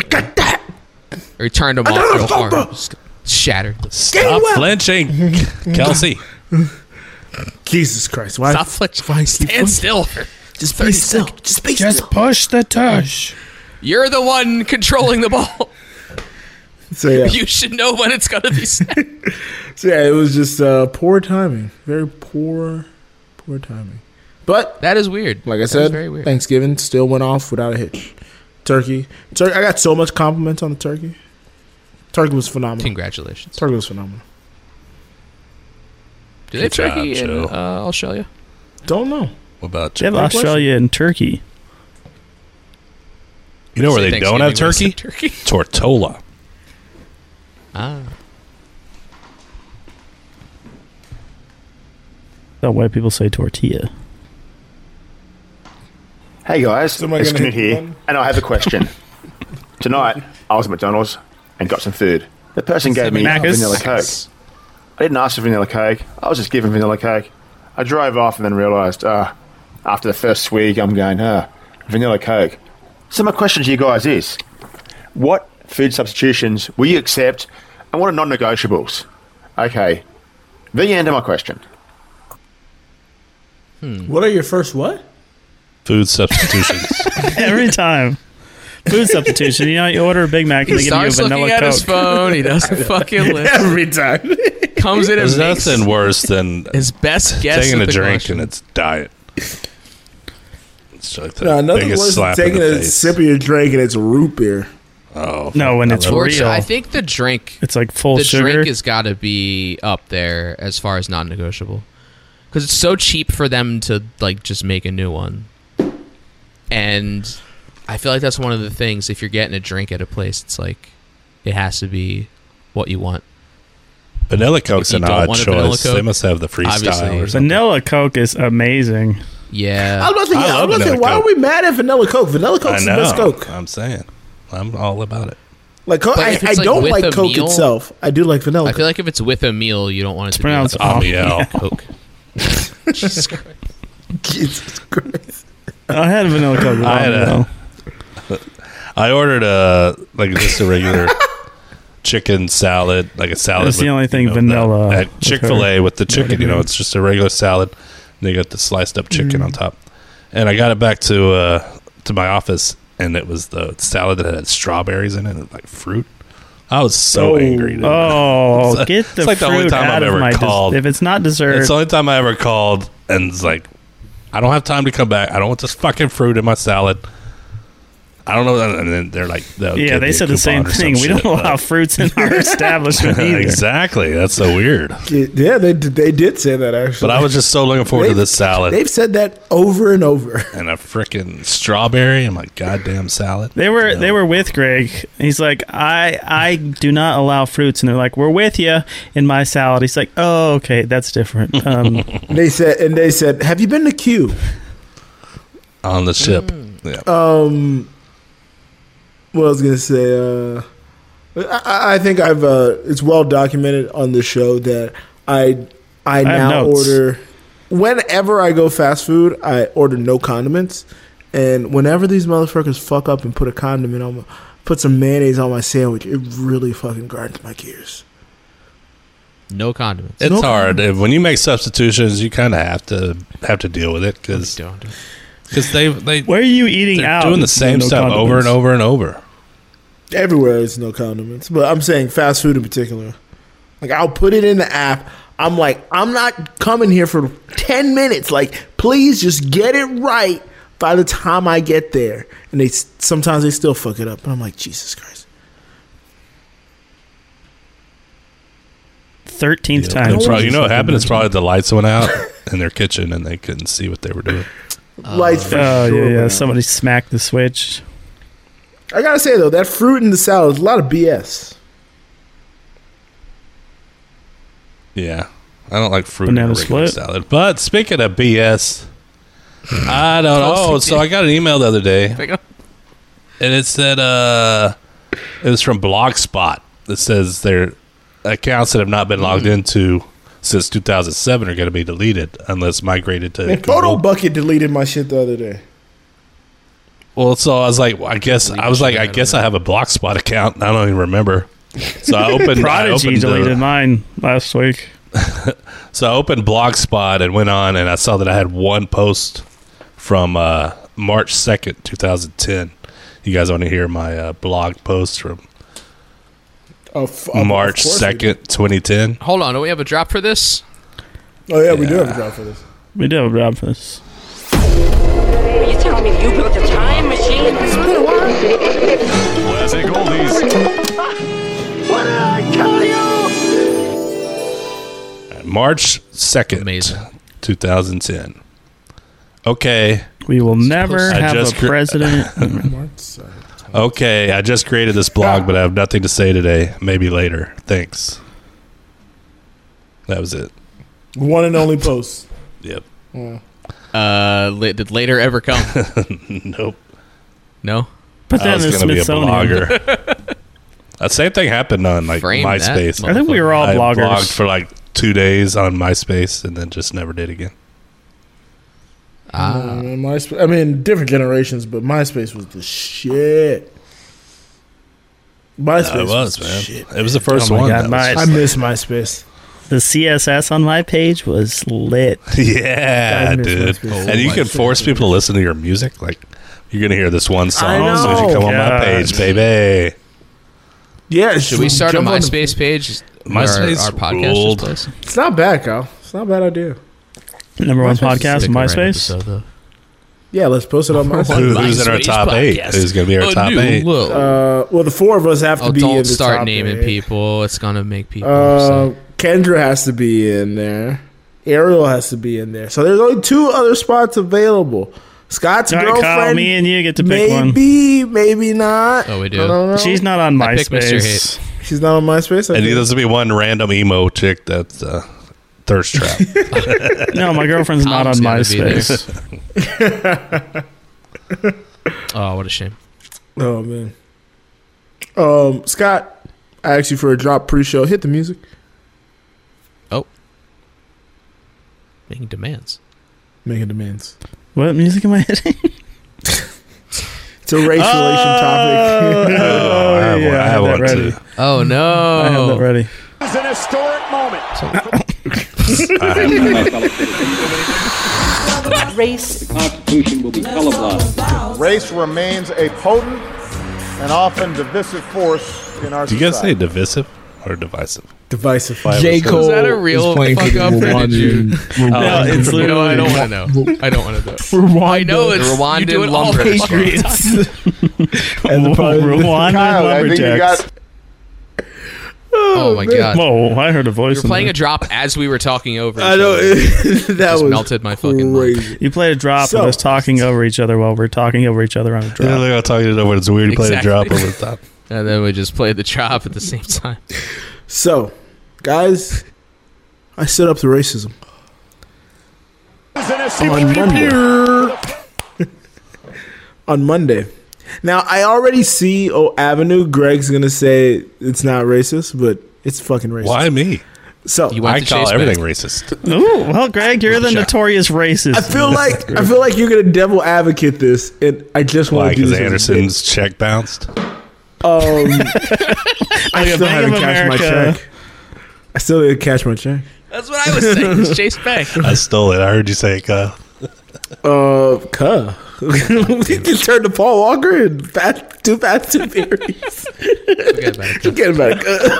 Or he turned them off real hard. Just Shattered. Stop well. flinching, Kelsey. Jesus Christ, why? Stop flinching. Stand still. Just be still. Just be still. push the tush. You're the one controlling the ball. So yeah, You should know when it's gonna be snapped. so, yeah. It was just uh, poor timing. Very poor, poor timing. But That is weird. Like I That is said, very weird. Thanksgiving still went off without a hitch. Turkey, turkey. I got so much compliments on the turkey. Turkey was phenomenal. Congratulations. Turkey was phenomenal. Do they have Good job, turkey in Joe. uh, Australia? Don't know. What about They have you? question. Australia and Turkey. You know where Say they don't have Thanksgiving, turkey? we said Turkey. Tortola. Ah, That's why people say tortilla. Hey guys, Am I it's gonna Knut hit the here, button? and I have a question. Tonight, I was at McDonald's and got some food. The person gave me Macca's? vanilla coke. I didn't ask for vanilla coke. I was just given vanilla coke. I drove off and then realised, uh, after the first swig, I'm going, uh, vanilla coke. So my question to you guys is, what food substitutions will you accept, and what are non-negotiables? Okay, the end of my question. What are your first what? Food substitutions. Every time. Food substitution. You know, you order a Big Mac and he they give you a starts looking vanilla at his Coke. phone. He doesn't fucking listen. Every time. Comes in There's and makes nothing worse than his best guess. taking at a the drink question. and it's diet. It's like the No, nothing biggest worse than slap in taking the a face. sip of your drink and it's root beer. Oh, No, when I it's love Or- real. I think the drink, It's like full the sugar. drink has got to be up there as far as non-negotiable, because it's so cheap for them to like just make a new one, and I feel like that's one of the things. If you're getting a drink at a place, it's like it has to be what you want. Vanilla Coke's If you an don't odd want a vanilla choice. They Coke, must have the obviously- freestyle or something. vanilla Coke is amazing. Yeah, I was about to, I yeah, I love was about to say, vanilla why Coke. are we mad at vanilla Coke? Vanilla Coke's the I know. best Coke. I'm saying. I'm all about it. Like, Coke, But I, if I it's, like, don't with like a Coke meal- itself. I do like vanilla. I Coke. feel like if it's with a meal, you don't want it to pronounced be like omelette. Amiel. Coke. Jesus Christ. Jesus Christ. I had vanilla Coke. I had a- though. I ordered a like just a regular chicken salad, like a salad. That's the with, only thing the- vanilla At with Chick Fil A with the chicken, you know, mean? it's just a regular salad. And they got the sliced up chicken Mm. on top, and I got it back to uh, to my office, and it was the salad that had strawberries in it, and, like fruit. I was so Oh. angry. dude. Oh, It's like- get the it's like the fruit only time out I've of ever my des- called. If it's not dessert, It's the only time I ever called and was like, I don't have time to come back. I don't want this fucking fruit in my salad. I don't know. And then they're like, they'll Yeah, give you they a said the same coupon or some thing. We don't shit, but- allow fruits in our establishment either. exactly. That's so weird. Yeah, they did- they did say that actually. But I was just so looking forward to this salad They've said that over and over. and a freaking strawberry and my goddamn salad. They were No. they were with Greg. He's like, I I do not allow fruits, and they're like, we're with you in my salad. He's like, oh okay, that's different. Um, They said and they said, "Have you been to Q?" on the ship. Yeah. Um, what I was gonna say, uh, I- I, I think I've uh, it's well documented on the show that I I, now notes. order whenever I go fast food, I order no condiments, and whenever these motherfuckers fuck up and put a condiment on, my, put some mayonnaise on my sandwich, it really fucking grinds my gears. No condiments. it's Nope. hard If- when you make substitutions. You kind of have to have to deal with it because Don't. they they where are you eating they're out? doing the same No stuff over condiments. and over and over. Everywhere is no condiments, but I'm saying fast food in particular. Like I'll put it in the app. I'm like, I'm not coming here for 10 minutes. Like, please just get it right by the time I get there. And they s- sometimes they still fuck it up, and I'm like, Jesus Christ. Thirteenth Yeah. time. It's probably- you know what happened? It's probably the lights went out in their kitchen and they couldn't see what they were doing. Lights for Oh sure. yeah, yeah. man. Somebody smacked the switch. I gotta say though, that fruit in the salad is a lot of BS. Yeah, I don't like fruit in Banana a regular split. salad. But speaking of BS, I don't know. So I got an email the other day, and it said uh, it was from Blogspot. It says their accounts that have not been Mm-hmm. logged into since 2007 are going to be deleted unless migrated to Man, Photo Google. Bucket deleted my shit the other day. Well, so I was like, well, I guess I was like, I guess I have a Blogspot account. and I don't even remember. So I opened. I Prodigy opened the- deleted mine last week. So I opened Blogspot and went on, and I saw that I had one post from uh, March second, two thousand ten. You guys want to hear my uh, blog post from Oh, f- of- of March course we did. second, twenty ten? Hold on. Don't we have a drop for this? Oh yeah, we do have a drop for this. We did have a job for this. Are you telling me you built a time machine? Classic oldies. March second, Amazing. two thousand ten. Okay, We will never I have just a cr- president. okay. I just created this blog, but I have nothing to say today. Maybe later. Thanks. That was it. One and only post. Yep. Uh, la- did later ever come? Nope. No. Put I that in the was gonna be a Smithsonian. blogger. the same thing happened on like Frame that MySpace. I think we were all I blogged bloggers. for like two days on MySpace and then just never did again. Ah. I mean, MySpace, I mean, different generations, but MySpace was the shit. MySpace It was, the man. shit. It was the first Oh my one. God, that I was miss MySpace. the CSS on my page was lit. yeah, I miss dude. MySpace. and you Oh can my force people to listen to your music. Like you're gonna hear this one song I as soon as you know. come on my God. page, baby. Yeah, Should we start a jump on the- MySpace page? where MySpace our, our podcast ruled. is placed? It's not bad, Kyle. It's not a bad idea. Number one MySpace is podcast, Pick the right MySpace. episode, though. Yeah, let's post it on MySpace. Who- who's in our MySpace top eight? podcast. Who's gonna be our A top new eight? look. Uh, well, the four of us have to oh, be in the don't start top naming eight. people. It's gonna make people. Uh, upset. Kendra has to be in there. Ariel has to be in there. So there's only two other spots available. Scott's All right, girlfriend. Kyle, me and you get to pick one. maybe, maybe not. Oh, we do. I don't know. She's not on I picked Mr. MySpace. She's not on MySpace. I And think. there's gonna be one random emo chick that's uh, thirst trap. No, my girlfriend's not on Tom's gonna be MySpace. Oh, what a shame. Oh man. Um, Scott, I asked you for a drop pre-show. Hit the music. Making demands. Making demands. What music am I hitting? It's a Uh, race relation topic. I have yeah, one, Oh, I I have had that one ready. too. Oh I have that no! ready. Race. Race remains a potent and often divisive force in our Do you guys say divisive or divisive? Divisive. J. Cole Is that a real is playing fuck up or did you- Rwandan- No, it's Rwandan- literally- No, I don't wanna know. I don't want to know. Rwandan. I know it's you do it all the fucking time. and the probably- Rwandan Kyle, I think you lumberjacks. got- Oh my god! Whoa! I heard a voice. You were in playing there. a drop as we were talking over. I each know, other. that Just was melted my fucking. Mind. You played a drop So- of us talking over each other while we're talking over each other on a drop. Yeah, they're talking it over. It's weird. You play a Exactly. drop over the top. And then we just played the chop at the same time. So, guys, I stood up to racism. on Monday. on Monday. Now I already see Oh Avenue. Greg's gonna say it's not racist, but it's fucking racist. Why me? So You went I to call Chase everything Bank. racist. Ooh, well, Greg, you're the notorious racist. I feel like I feel like you're gonna devil advocate this, and I just Why? want to do Because this. as a bit. Anderson's check bounced. Um, I a still Bank haven't of cashed my America. check. I still didn't cash my check. That's what I was saying. It's Chase Bank. I stole it. I heard you say it, Kyle. Uh, cuh. you can turn to Paul Walker and fat, two fat, two theories. Forget about it. Forget about it. Uh,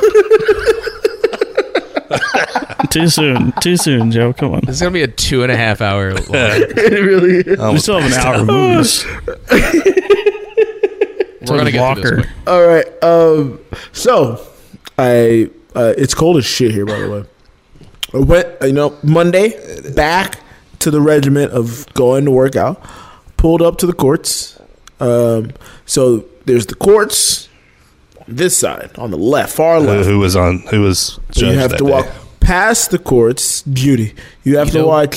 too soon. Too soon, Joe. Come on. This is gonna be a two and a half hour. long. it really is. we still have an hour of movies. We're gonna get through this. quick. All right. Um. So, I. Uh, it's cold as shit here, by the way. I went. You know, Monday back to the regiment of going to work out. Pulled up to the courts. Um. So there's the courts. This side on the left, far Who, left. who was on? Who was? So you judged have that to day? walk past the courts. Beauty. You have You to know- walk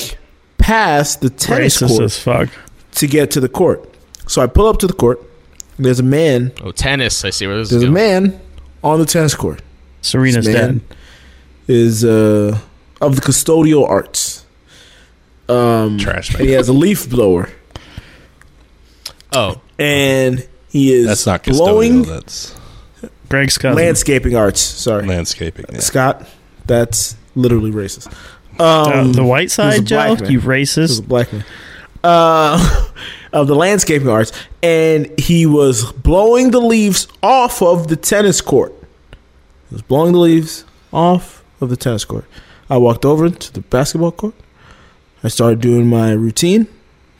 past the tennis Racist as court fuck. to get to the court. So I pull up to the court. and There's a man Oh, tennis! I see where this there's is a going. man on the tennis court. Serena's This man dead. Is uh, of the custodial arts. Um, Trash and he has a leaf blower, Oh, and he is That's not custodial. blowing That's Greg's cousin. landscaping arts. Sorry, landscaping. yeah. Scott, that's literally racist. Uh, Um, the white he was a side, Joe. black man. You He was racist. a black man. Uh, of the landscaping arts, and he was blowing the leaves off of the tennis court. He was blowing the leaves off of the tennis court. I walked over to the basketball court. I started doing my routine,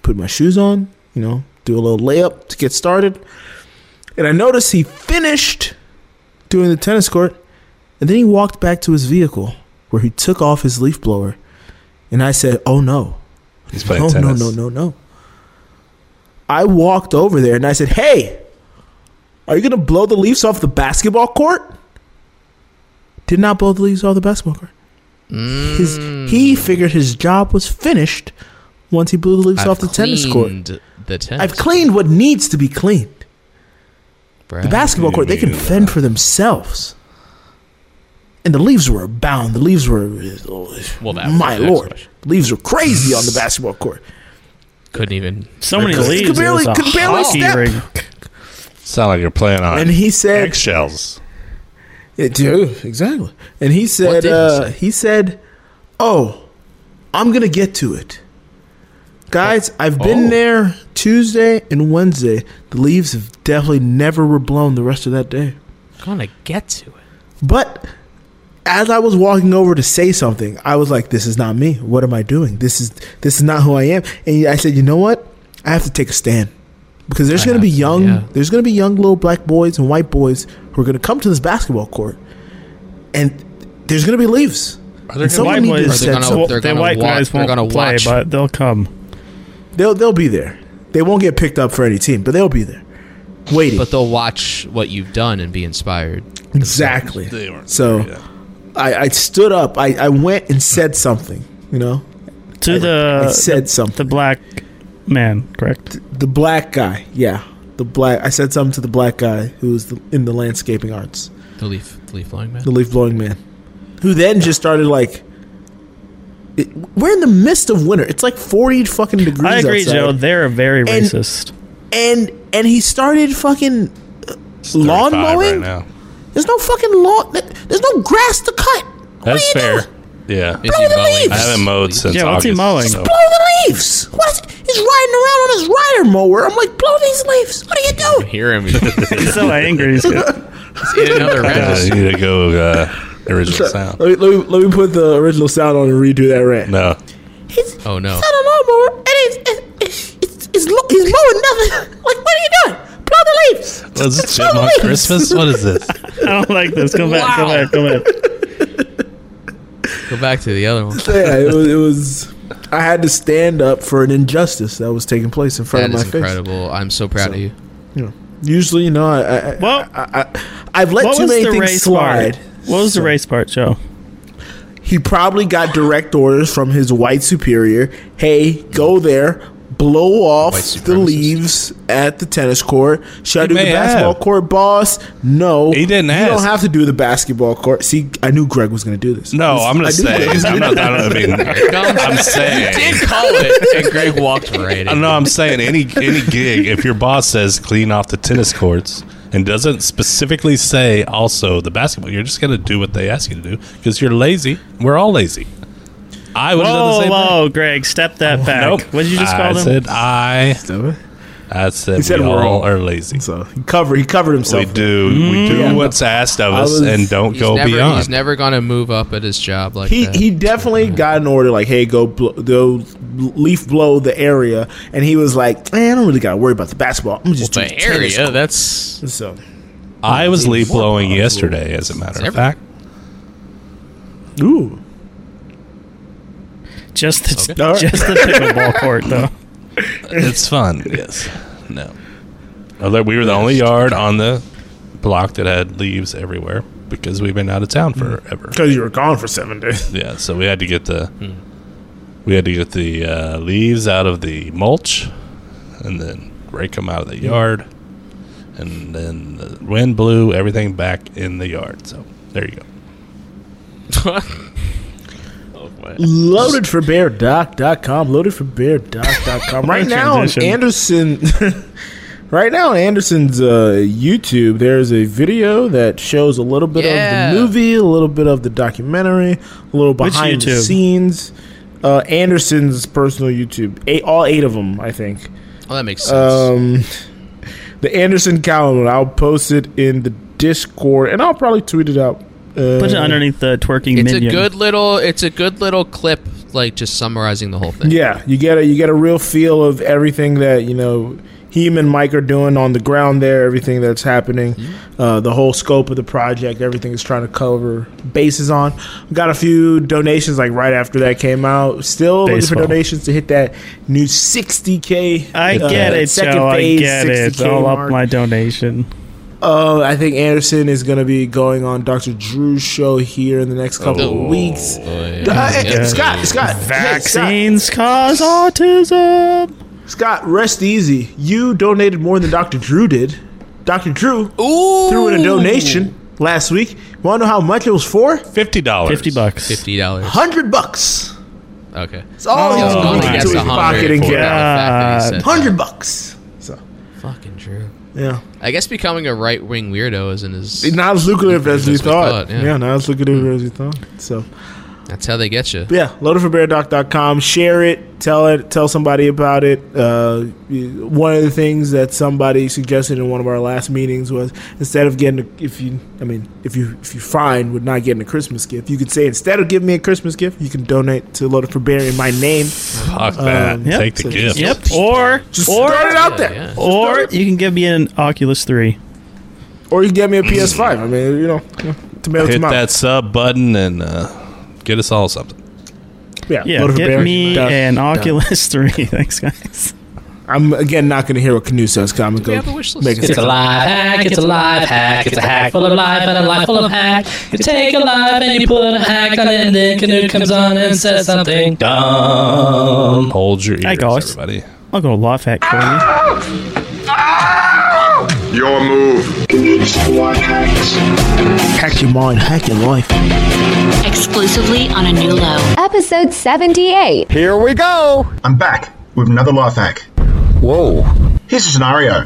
put my shoes on, you know, do a little layup to get started. And I noticed he finished doing the tennis court, and then he walked back to his vehicle where he took off his leaf blower. And I said, "Oh no." He's playing no, tennis. No, no, no, no. I walked over there and I said, Hey, are you going to blow the Leafs off the basketball court? Did not blow the Leafs off the basketball court. His, Mm. he figured his job was finished once he blew the Leafs I've off the tennis court. cleaned The tennis. I've cleaned what needs to be cleaned. The Brad. basketball court, they can fend for themselves. And the leaves were abound. The leaves were, Well, that was my the next lord, question. leaves were crazy on the basketball court. couldn't even. So many Could leaves. barely- it was a could barely hockey step. ring. Sound like you're playing on And he said, eggshells. Yeah, dude, exactly. And he What did said, he uh, say? he said, "Oh, I'm gonna get to it, guys. I've been Oh. there Tuesday and Wednesday. The leaves have definitely never were blown the rest of that day. Gonna get to it. But as I was walking over to say something, I was like, "This is not me. What am I doing? This is this is not who I am." And I said, "You know what? I have to take a stand." Because there's I going to have be to, young, yeah. there's going to be young little black boys and white boys who are going to come to this basketball court, and there's going to be leaves. Are there And someone White needs to boys. set gonna- some- they're the gonna white wa- guys they're won't gonna play, watch. but they'll come. They'll they'll be there. They won't get picked up for any team, but they'll be there, waiting. But they'll watch what you've done and be inspired. exactly. They weren't So, I, I stood up. I, I went and said something. You know, To the I said the, something. the black man, correct? the black guy. Yeah, the black. I said something to the black guy who was the, in the landscaping arts, The leaf, the leaf blowing man. the leaf blowing man, who then just started like. It, we're in the midst of winter. It's like forty fucking degrees. I agree, outside. Joe. They're very And- racist. And and he started fucking uh, It's lawn 35 mowing? Right now. There's no fucking lawn. th- There's no grass to cut. That's what are you fair. Yeah. Is he the mowing leaves! I haven't mowed since Yeah, what's August. he mowing? so- Blow the leaves. What is, he's riding around on his rider mower. I'm like, blow these leaves. What are you doing? Hear him. He's He's so angry. He's in another Yeah, round. you need to go uh, original sound. Let me, let, me, let me put the original sound on and redo that rant. No. Oh no. I don't know, bro. It is. It's it's, it's, low, it's low and nothing. Like, what are you doing? Blow the leaves. Was it Chipmunk Christmas? What is this? I don't like this. Go back. Go back. Go back. Go back to the other one. yeah, it was, it was. I had to stand up for an injustice that was taking place in front That of is my face. incredible. I'm so proud of you. You know, usually, you know, I, I, well, I, I, have let what too was many the things race slide. part? What was the race part, Joe? He probably got direct orders from his white superior. Hey, go there, blow off the leaves at the tennis court. Should I He do the may basketball have. court, boss? No, he didn't You ask. don't have to do the basketball court. See, I knew Greg was going to do this. No, I'm I gonna knew say Greg was I'm gonna not. do I don't mean. I'm saying. Did call it, and Greg walked right in. I know. I'm saying any any gig. If your boss says clean off the tennis courts and doesn't specifically say also the basketball, you're just gonna do what they ask you to do because you're lazy. We're all lazy. I would have done the Whoa, same thing. whoa, Greg, step that back. Nope. What did you just I call him? Said I. I said, He said we we're all all- are lazy. So he covered. He covered himself. We do. We Mm. do what's asked of I us was- and don't He's go never, beyond. He's never gonna move up at his job like he that. he definitely got an order like, hey, go blow, go leaf blow the area, and he was like, eh, I don't really gotta worry about the basketball. I'm just Well, doing the area, That's so. I was leaf blowing yesterday, as a matter of fact. Ooh, Just the, Okay. All right. just the pickleball court, though. It's fun. yes. No. Although we were the only yard on the block that had leaves everywhere because we've been out of town Mm-hmm. forever. because you were gone for seven days. Yeah, so we had to get the Mm. we had to get the uh, leaves out of the mulch and then rake them out of Mm. the yard. And then the wind blew everything back in the yard. So there you go. Loaded for bear doc.com. Loaded for bear doc.com. Right What a now, on transition. Anderson. Right now on Anderson's uh, YouTube, there's a video that shows a little bit Yeah. of the movie, a little bit of the documentary, a little Which behind the YouTube? scenes. Uh, Anderson's personal YouTube, eight, all eight of them, I think. Oh, that makes sense. Um, the Anderson calendar. I'll post it in the Discord, and I'll probably tweet it out. Uh, Put it underneath the twerking it's a minion. good little. It's a good little clip, like just summarizing the whole thing. Yeah, you get a you get a real feel of everything that you know him and Mike are doing on the ground there. Everything that's happening, Mm-hmm. uh, the whole scope of the project, everything is trying to cover bases on. We got a few donations like right after that came out. Still looking Baseball. for donations to hit that new 60k. I uh, get it, second Joe. I phase get it. 60K All mark. up my donation. Uh, I think Anderson is going to be going on Dr. Drew's show here in the next couple Oh. of weeks. Uh, hey, hey, Scott, Scott, hey, Scott, Vaccines cause autism. Scott, rest easy. You donated more than Dr. Drew did. Dr. Drew threw in a donation last week. Want to know how much it was for? Fifty dollars. Fifty bucks. Fifty dollars. Hundred bucks. Okay. It's all he was Gone going to get against into his the pocket and for get that, the fact that he said hundred bucks. So that. Fucking true. yeah, I guess becoming a right wing weirdo isn't as. not as lucrative as we Lucrative as we thought. thought, yeah. Yeah, not as lucrative as we thought. So. That's how they get you. But yeah, loadedforbeardoc.com. Share it. Tell it. Tell somebody about it. Uh, one of the things that somebody suggested in one of our last meetings was instead of getting, a, if you, I mean, if you if you find with not getting a Christmas gift, you could say instead of giving me a Christmas gift, you can donate to Loaded for Bear in my name. Fuck that. Uh, yep. Take the So- gift. Yep. Or Just or throw it out there, Yeah. or you can give me an Oculus Three. or you can get me a PS5. I mean, you know, you know, tomato Hit tomato. that sub button and uh, get us all something. Yeah, Yeah, Loaded for get Bear. me Done. an Done. Oculus Three. Thanks, guys. I'm again not going to hear what Canoe says. 'cause I'm We going have to a go wish list. make it. It's a live hack, it's a live hack, it's a hack full of life and a life full of hack. You take a life and you put a hack on it, and then Canute comes on and says something dumb. Hold your ears, Hey, guys. everybody. I'll go life hack for you. Your move. Hack your mind, hack your life. Exclusively on a new low. Episode 78. Here we go. I'm back with another life hack. Whoa. Here's a scenario.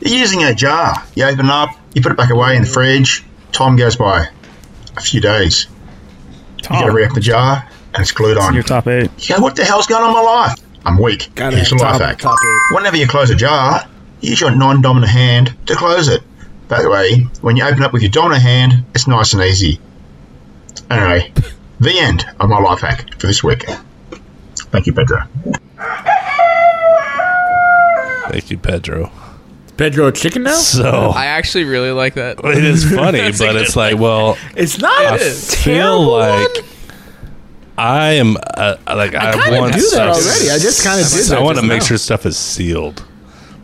You're using a jar. You open it up, you put it back away in the fridge. Time goes by. A few days. You gotta reopen the jar and it's glued Oh. It's in on. your top eight. You go, what the hell's going on in my life? I'm weak. Gotta Here's a have life top- hack. top eight. Whenever you close a jar, use your non-dominant hand to close it. That way, when you open up with your dominant hand, it's nice and easy. Anyway, the end of my life hack for this week. Thank you, Pedro. Thank you, Pedro. Pedro chicken now? So I actually really like that. it is funny, but it's like, well, it's not I a feel like I am uh, like I, kinda want do that stuff- already. I just kinda did I that want to just make now. sure stuff is sealed.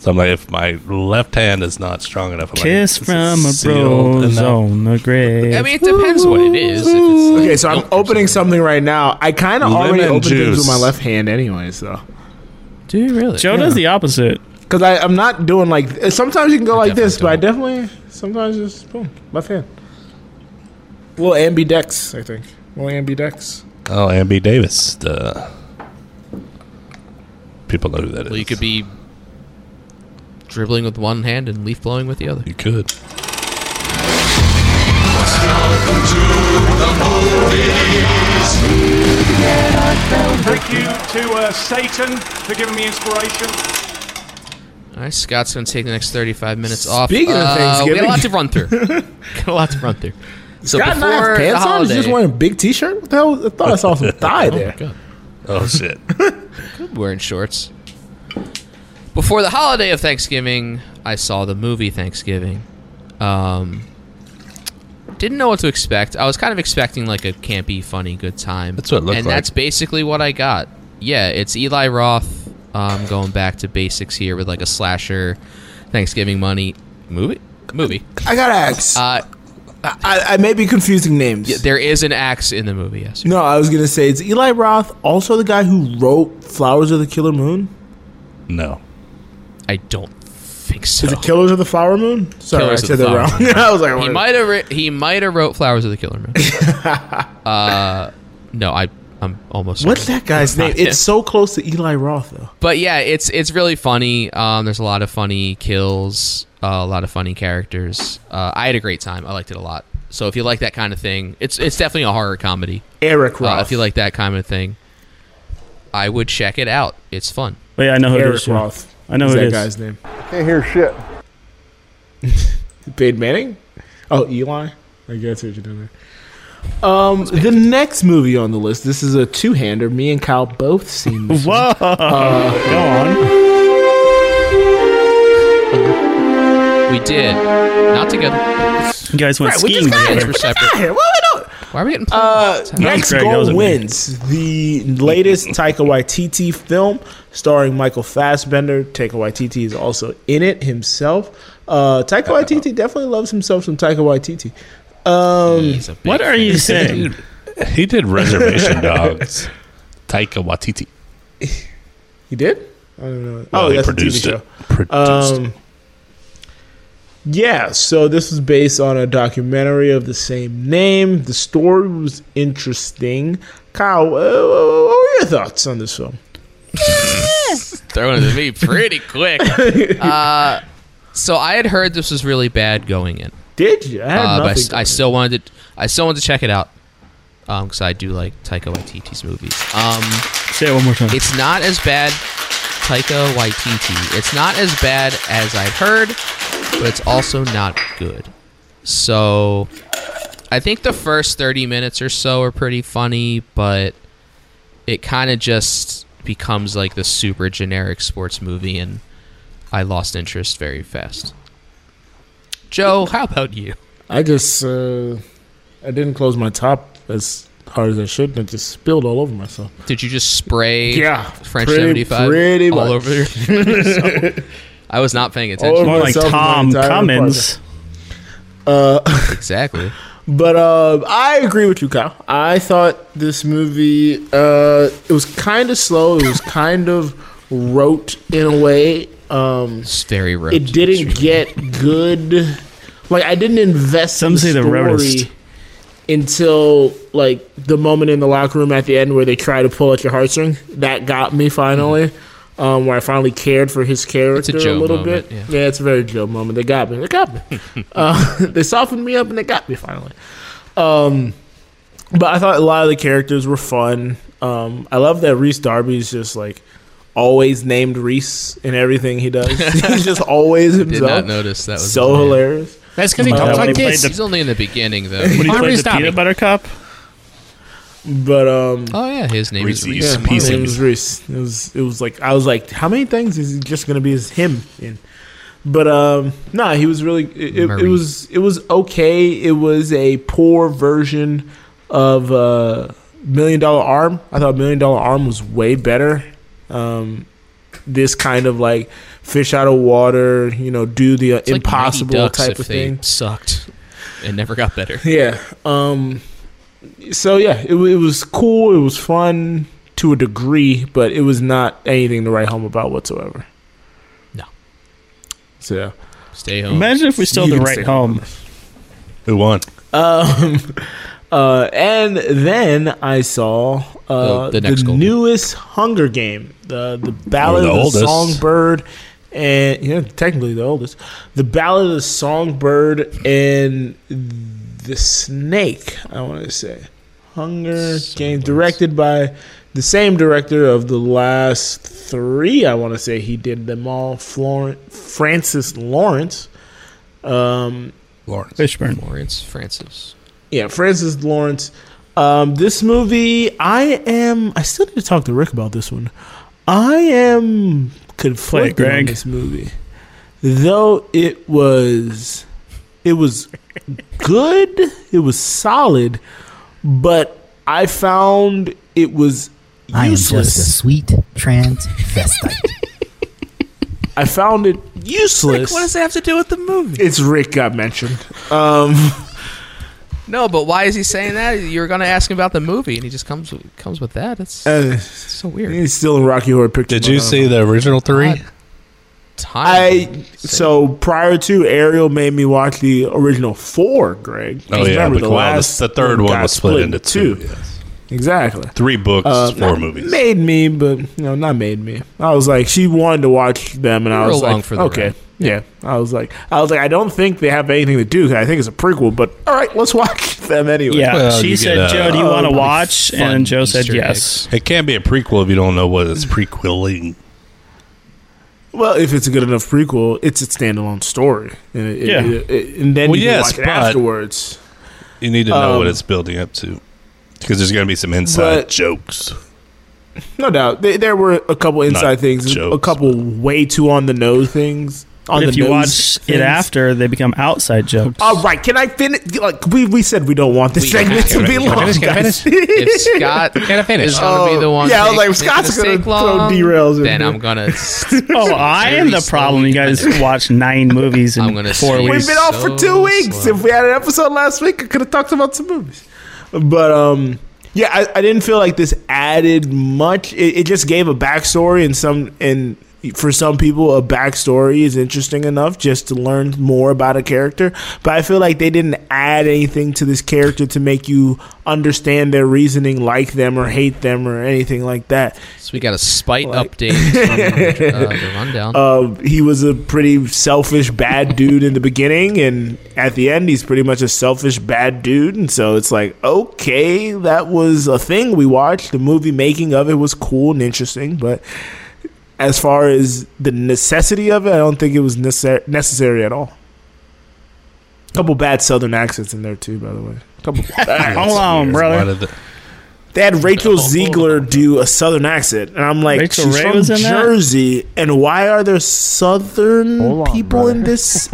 So I'm like, if my left hand is not strong enough, I'm like, Kiss this is from a sealed bros enough. on the grave. I mean, it depends what it is. If it's okay, so I'm opening something right now. I kind of already Lemon opened things juice. with my left hand, anyway. So, do you really? Joe does the opposite. Because I'm not doing like. Sometimes you can go like this, but I definitely sometimes just boom left hand. Little ambidex, I think. Little ambidex. Oh, Ambi Davis. The people know who that is. well, you could be dribbling with one hand and leaf blowing with the other. You could. Thank you to uh, Satan for giving me inspiration. All right, Scott's going to take the next 35 minutes off. Speaking of Uh, we Thanksgiving- got a lot to run through. got a lot to run through. So Scott before not have the pants on? He's holiday, just wearing a big T-shirt. What the hell? I thought I saw some thigh Oh my there. God. Oh shit! Good wearing shorts. Before the holiday of Thanksgiving, I saw the movie Thanksgiving. Um, didn't know what to expect. I was kind of expecting like a campy, funny, good time. That's what it looked and like. that's basically what I got. Yeah, it's Eli Roth. Um, going back to basics here with like a slasher, Thanksgiving money movie. Movie. I gotta ask. Uh, I, I may be confusing names. Yeah, there is an axe in the movie. Yes. No, I was gonna say it's Eli Roth, also the guy who wrote "Flowers of the Killer Moon." No. I don't think so. Is it "Killers of the Flower Moon"? Sorry, Killers I of said the that Flower wrong. Moon. I was like, he what? might have writ- he might have wrote Flowers of the Killer Moon. uh, no, I I'm almost what's certain. that guy's It's not name? him. It's so close to Eli Roth, though. but yeah, it's it's really funny. Um, there's a lot of funny kills, uh, a lot of funny characters. Uh, I had a great time. I liked it a lot. So if you like that kind of thing, it's it's definitely a horror comedy. Eric Uh, Roth. if you like that kind of thing, I would check it out. It's fun. But Oh, yeah, I know who Eric it is. Joe. Roth. I know is who that it is. guy's name. Can't hear shit. Bade Manning. Oh, Eli. I guess what you're doing there. Um, the next movie on the list. This is a two-hander. Me and Kyle both seen this. Whoa! Uh, Go on. We did not together. You guys went Right, we skiing just got together. here. We just got here. What are we doing? Why are we getting? Uh, next Greg, that was goal amazing. wins the latest Taika Waititi film starring Michael Fassbender. Taika Waititi is also in it himself. Uh, Taika Waititi definitely loves himself some Taika Waititi. Um, What are you saying? Dude, he did Reservation Dogs. Taika Waititi. he did. I don't know. Well, oh, he that's a TV produced show. it. Produced it. Um, yeah, so this was based on a documentary of the same name. The story was interesting. Kyle, uh, what were your thoughts on this film? throwing it at me pretty quick. Uh, so I had heard this was really bad going in, Did you? I had uh, but I nothing. s- I, still wanted to. I still wanted to check it out because I do like Taika Waititi's movies. Um, Say it one more time. it's not as bad, Taika Waititi. It's not as bad as I heard, but it's also not good. So I think the first 30 minutes or so are pretty funny, but it kind of just becomes like the super generic sports movie, and I lost interest very fast. Joe, how about you? I just uh, I didn't close my top as hard as I should, and it just spilled all over myself. Did you just spray Yeah, French pretty- 75 pretty all much. over your I was not paying attention. More like myself and my Tom entire Cummins. Uh, Exactly. but uh, I agree with you, Kyle. I thought this movie uh, it was kind of slow. It was kind of rote in a way. Um, It's very rote. it didn't get good. Like I didn't invest. Some in say the story rarest. Until like the moment in the locker room at the end where they try to pull at your heartstring, that got me finally. Um, where I finally cared for his character a, Joe little moment, bit. yeah. Yeah. it's a very Joe moment. They got me. They got me. uh, they softened me up and they got me finally. Um, but I thought a lot of the characters were fun. Um, I love that Reese Darby's just like always named Reese in everything he does. He's just always Did himself. not notice that was so his name. hilarious. That's because he Uh, talks when like he this. He's only in the beginning though. When he Why are we played the stopping? peanut butter cup, But um. Oh yeah, his name is Reese. Yeah, my name is Reese. It was it was like I was like, how many things is it just gonna be his him in? But um, nah, he was really it, it, it Marie. was it was okay. It was a poor version of uh, Million Dollar Arm. I thought Million Dollar Arm was way better. Um, this kind of like fish out of water, you know, do the It's like Mighty impossible Ducks type if of they thing. Sucked and never got better. Yeah. Um. So yeah, it, wa- it was cool. It was fun to a degree, but it was not anything to write home about whatsoever. No. So yeah. Stay home. Imagine if we still You had the can right stay home. Who won? Um. Uh, and then I saw uh, Oh, The- the next Golden. Oh, newest Hunger Game, the the Ballad Or the of the oldest. Songbird, and yeah, technically the oldest, the Ballad of the Songbird and the Snake. I want to say Hunger Game, directed by the same director of the last three. I want to say he did them all. Florent Francis Lawrence. Um, Lawrence Fishburne. Lawrence Francis. yeah, Francis Lawrence. Um, this movie, I am. I still need to talk to Rick about this one. I am conflicted on Greg. this movie, though it was, it was good. It was solid, but I found it was I am just a useless. sweet transvestite. I found it useless. what does that have to do with the movie? It's Rick got mentioned. Um, No, but why is he saying that? You're gonna ask him about the movie, and he just comes comes with that. It's uh, so weird. he's still in Rocky Horror Picture. Did you Book. see the original three? Oh, I so prior to Ariel made me watch the original four, Greg. Just Oh, yeah, remember, but- well, the- the third one got was split into two, Exactly. Three books, Uh, four not movies. Made me, but you know, not made me. I was like, she wanted to watch them, and I You're was along like, for the okay, ride. yeah. I was like, I was like, I don't think they have anything to do. 'cause I think it's a prequel, but all right, let's watch them anyway. Yeah, she said, "Joe, do you want to watch?" And Joe said, "Yes." It can't be a prequel if you don't know what it's prequeling. Well, if it's a good enough prequel, it's a standalone story. And it- it- Yeah. it- it- and then Well, you yes, can watch it but- afterwards. You need to know what Um, it's building up to, because there's going to be some inside but- Uh, jokes. No doubt. There, there were a couple inside Not things, jokes, a couple way too on the nose things. On But the if you nose watch things. it after, they become outside jokes. All right, can I finish? Like we, we said, we don't want this We- segment can to be I finish? Can I long. finish? Can I guys. Oh, finish? If Scott is gonna be the one, yeah, I was take- like, making Scott's us gonna take throw long, derails. in Then here. I'm gonna. Oh, I am the problem. You guys watch nine movies in four We've weeks. been off for two weeks. If we had an episode last week, I could have talked about some movies. But um, yeah, I, I didn't feel like this added much. It, it just gave a backstory, and some and for some people, a backstory is interesting enough just to learn more about a character. But I feel like they didn't add anything to this character to make you understand their reasoning, like them or hate them or anything like that. So we got a spite update from uh, the rundown. Uh, he was a pretty selfish bad dude in the beginning, and at the end, he's pretty much a selfish bad dude. And so it's like, okay, that was a thing we watched. The movie making of it was cool and interesting, but as far as the necessity of it, I don't think it was necessar- necessary at all. couple bad Southern accents in there too, by the way. couple bad. Hold on, brother. They had Rachel Ziegler do a Southern accent, and I'm like, Rachel she's Ray from was in that? Jersey, and why are there Southern Hold on, people brother. in this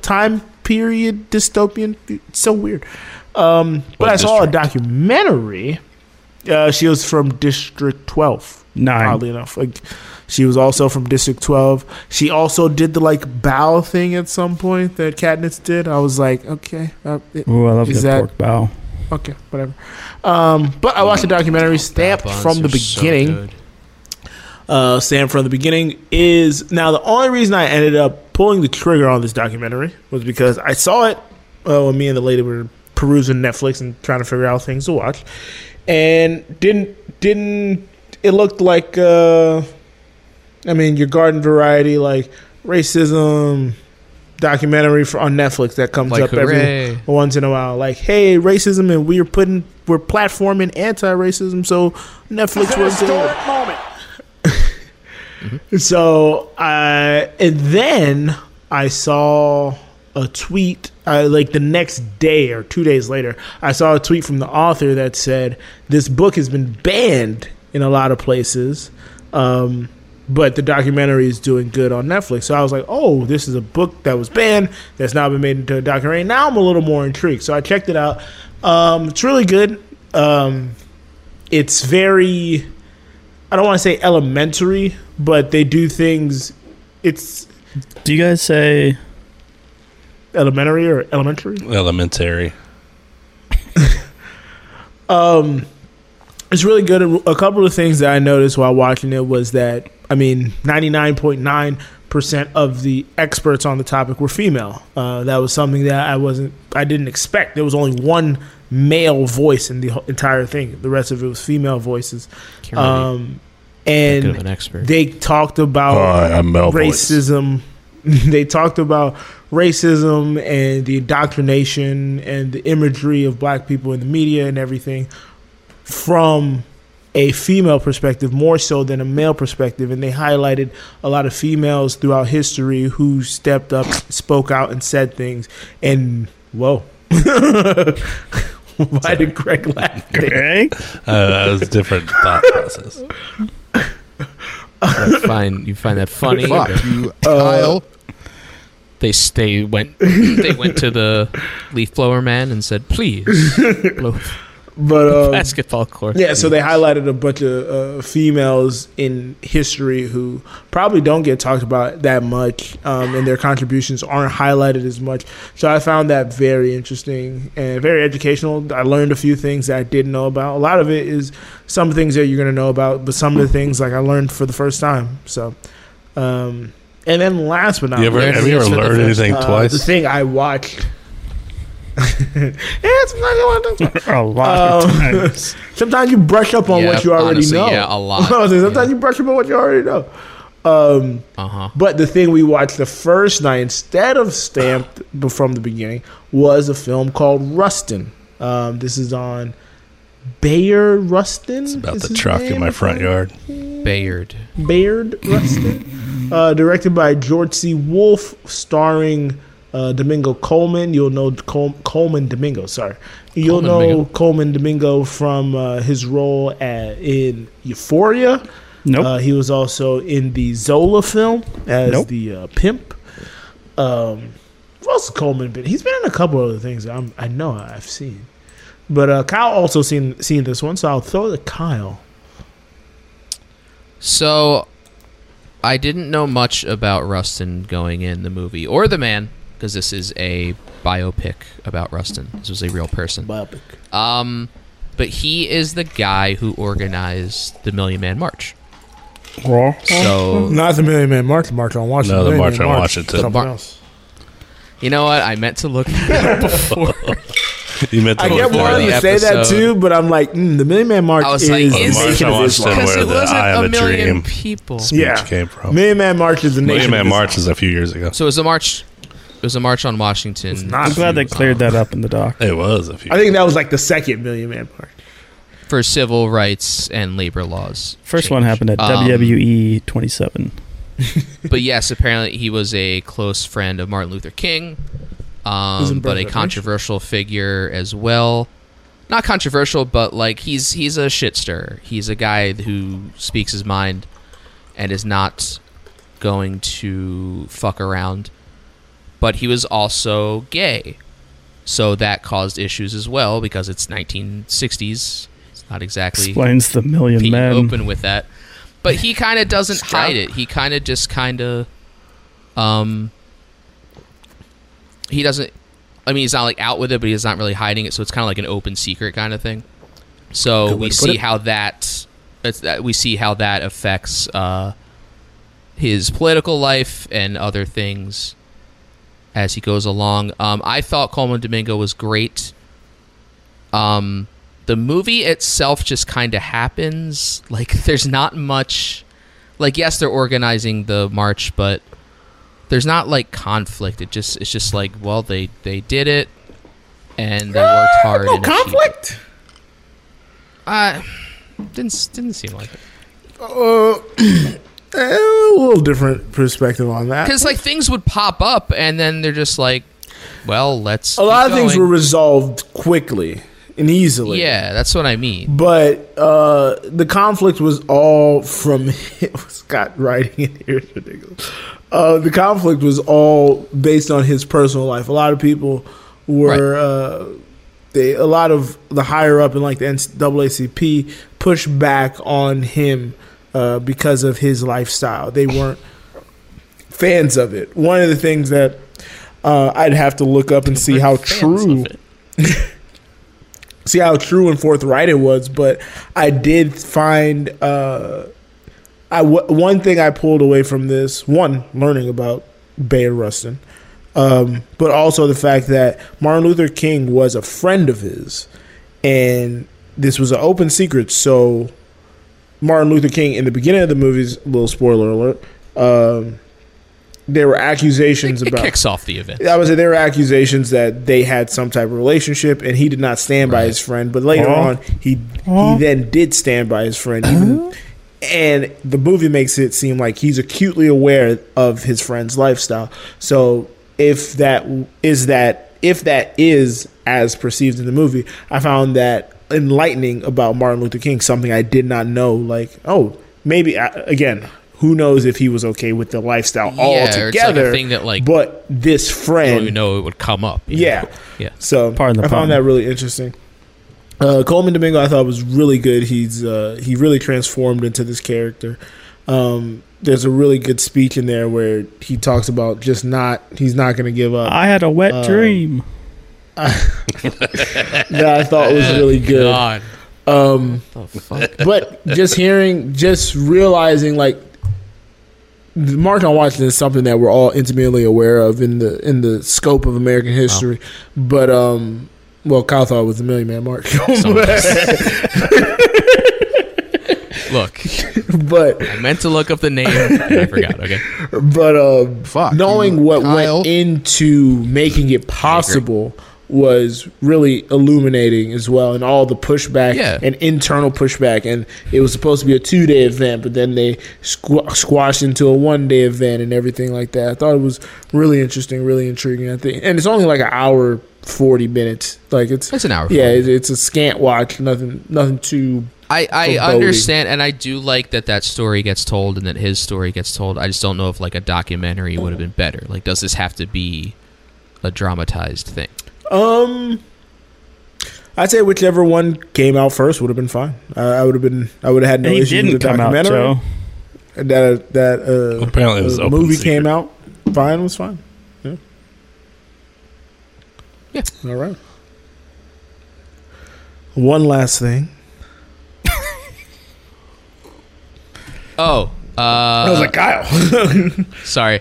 time period dystopian? It's so weird. Um, but I saw a documentary. Uh, she was from District 12. Nine. Oddly enough, like she was also from District 12. She also did the like bow thing at some point that Katniss did. I was like, okay, uh, it- Ooh, I love is the pork bow. Okay, whatever. Um, but I watched the documentary Stamp bonds from the are so beginning. good. uh, Stamp from the beginning is now the only reason I ended up pulling the trigger on this documentary was because I saw it uh, when me and the lady were perusing Netflix and trying to figure out things to watch, and didn't didn't it looked like uh, I mean your garden variety like racism documentary for, on Netflix that comes Like, up every hooray. once in a while. Like, hey, racism, and we're putting we're platforming anti-racism, so Netflix was doing. Historic moment. So, uh, and then I saw a tweet uh, like the next day or two days later. I saw a tweet from the author that said this book has been banned in a lot of places, um, but the documentary is doing good on Netflix. So I was like, oh, this is a book that was banned that's now been made into a documentary. Now I'm a little more intrigued. So I checked it out. Um, it's really good. Um, it's very I don't want to say elementary, but they do things it's Do you guys say elementary or elementary? Elementary. Um, it's really good. A couple of things that I noticed while watching it was that I mean, ninety nine point nine percent of the experts on the topic were female. Uh, that was something that I wasn't, I didn't expect. There was only one male voice in the ho- entire thing. The rest of it was female voices. Can't really Um, and think of an expert. they talked about Hi, I'm male voice. racism. they talked about racism and the indoctrination and the imagery of black people in the media and everything from a female perspective more so than a male perspective and they highlighted a lot of females throughout history who stepped up spoke out and said things and whoa why did greg laugh greg Uh, that was a different thought process. You find you find that funny. Fuck or- you, uh, Kyle. They s- they went they went to the leaf blower man and said, "Please blow but um, basketball court." Yeah, so they highlighted a bunch of uh, females in history who probably don't get talked about that much, um, and their contributions aren't highlighted as much. So I found that very interesting and very educational. I learned a few things that I didn't know about. A lot of it is some things that you're going to know about, but some of the things like I learned for the first time. So, um, and then last but not You ever- least- have you ever For the learned first- anything uh, twice? The thing I watched. yeah, sometimes I a Oh. lot of times. Sometimes you brush up on Yeah, what you already honestly, know. yeah, a lot. I was like, sometimes you brush up on what you already know. Um, Uh-huh. But the thing we watched the first night instead of Stamped b- from the beginning was a film called Rustin. Um, this is on Bayer Rustin. It's About the truck in my front yard. Bayard. Baird Rustin, uh, directed by George C. Wolfe, starring uh, Domingo Coleman. You'll know Col- Coleman Domingo. Sorry, you'll Coleman know Domingo. Coleman Domingo from uh, his role at, in Euphoria. Nope. Uh, he was also in the Zola film as Nope. the uh, pimp. Um, what else has Coleman been? He's been in a couple other things. that I'm, I know I've seen, but uh, Kyle also seen seen this one, so I'll throw to Kyle. So I didn't know much about Rustin going in the movie or the man because this is a biopic about Rustin. This was a real person. Biopic. Um, but he is the guy who organized the Million Man March. So- not the Million Man March, March on Washington. No, the Million March Man on Washington. Something The mar- else. You know what? I meant to look that up before. you meant I get before wanting the to say that episode. too, but I'm like, mm, the Million Man March I was is like, is the it- nation of March on Islam. Washington, where Because it the wasn't I have a a million dream people. speech Yeah. came from. Million Man March is the Million nation. Man of Islam. March is a few years ago. So it was a march. It was a march on Washington. um, I'm glad they cleared that up in the doc. It was a few. I think that was like the second Million Man March. for civil rights and labor laws. First one happened at E Um, WWE 27. but yes, apparently he was a close friend of Martin Luther King, um, Isn't but Brett a Ratner? controversial figure as well. Not controversial, but like he's he's a shit stirrer. He's a guy who speaks his mind and is not going to fuck around. But he was also gay, so that caused issues as well because it's 1960s. It's not exactly Explains the million being men. open with that. But he kind of doesn't hide it. He kind of just kind of, um, he doesn't. I mean, he's not like out with it, but he's not really hiding it. So it's kind of like an open secret kind of thing. So Good way we to put see it. how that, it's that we see how that affects uh, his political life and other things as he goes along. Um, I thought Coleman Domingo was great. Um, the movie itself just kind of happens. Like, there's not much. Like, yes, they're organizing the march, but there's not like conflict. It just it's just like, well, they they did it, and they worked hard. Ah, No and achieved it. conflict. Uh, didn't didn't seem like it. Uh, a little different perspective on that. Because like things would pop up, and then they're just like, Well, let's. A lot of keep things were going. resolved quickly and easily. Yeah, that's what I mean. But uh, the conflict was all from Scott writing it here is ridiculous. Uh, the conflict was all based on his personal life. A lot of people were uh, they a lot of the higher up in like the NAACP pushed back on him uh, because of his lifestyle. They weren't fans of it. One of the things that uh, I'd have to look up and see how true, see how true and forthright it was. But I did find uh, I w- one thing I pulled away from this one learning about Bayard Rustin, um, but also the fact that Martin Luther King was a friend of his, and this was an open secret. So Martin Luther King in the beginning of the movie's little spoiler alert. Um, there were accusations It about kicks off the event. I was there were accusations that they had some type of relationship, and he did not stand by his friend. But later Huh? on, he he then did stand by his friend, even, and the movie makes it seem like he's acutely aware of his friend's lifestyle. So if that w- is that if that is as perceived in the movie, I found that enlightening about Martin Luther King, something I did not know. Like, oh, maybe I, again. Who knows if he was okay with the lifestyle Yeah, or it's like a altogether? thing that, like, but this I friend don't even Oh, know it would come up. yeah. Yeah. So the I pun. found that really interesting. Uh, Coleman Domingo, I thought was really good. He's uh, he really transformed into this character. Um, there's a really good speech in there where he talks about just not he's not going to give up. I had a wet Uh, dream. that I thought was really good. God. Um, but just hearing, just realizing, like the Mark on Washington is something that we're all intimately aware of in the in the scope of American history. But um, well, Kyle thought it was the Million Man Mark. Look, but I meant to look up the name. and I forgot. Okay. but um, knowing what went into making it possible was really illuminating as well, and all the pushback Yeah. and internal pushback. And it was supposed to be a two day event, but then they squ- squashed into a one day event and everything like that. I thought it was really interesting, really intriguing. I think, and it's only like an hour forty minutes. Like it's It's an hour Yeah, it, it's a scant watch. Nothing, nothing too. I, I foreboding. understand, and I do like that that story gets told and that his story gets told. I just don't know if like a documentary would have been better. Like, does this have to be a dramatized thing? Um, I'd say whichever one came out first would have been fine. I, I would have been. I would have had no He issues didn't with the come out, documentary. Joe. That that uh, Apparently it was the open movie secret. came out fine was fine. Yeah. Yeah. All right. One last thing. Oh, uh, I I was like Kyle. sorry.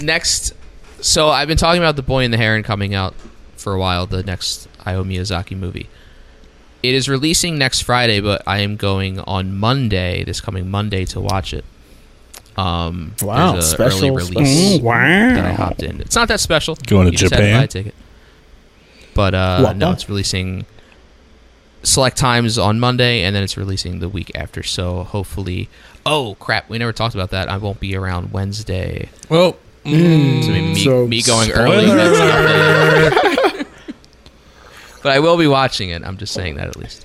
Next, so I've been talking about the Boy and the Heron coming out for a while. The next Hayao Miyazaki movie. It is releasing next Friday, but I am going on Monday, this coming Monday, to watch it. Um, Wow, there's a special, early release special. Mm, that I wow. hopped in. It's not that special. Going to You just had Japan? buy a ticket. But uh, What? no, it's releasing select times on Monday, and then it's releasing the week after. So hopefully, oh crap, we never talked about that. I won't be around Wednesday. Well, mm, so maybe me, so me going early. spoiler next Sunday. but I will be watching it. I'm just saying that at least.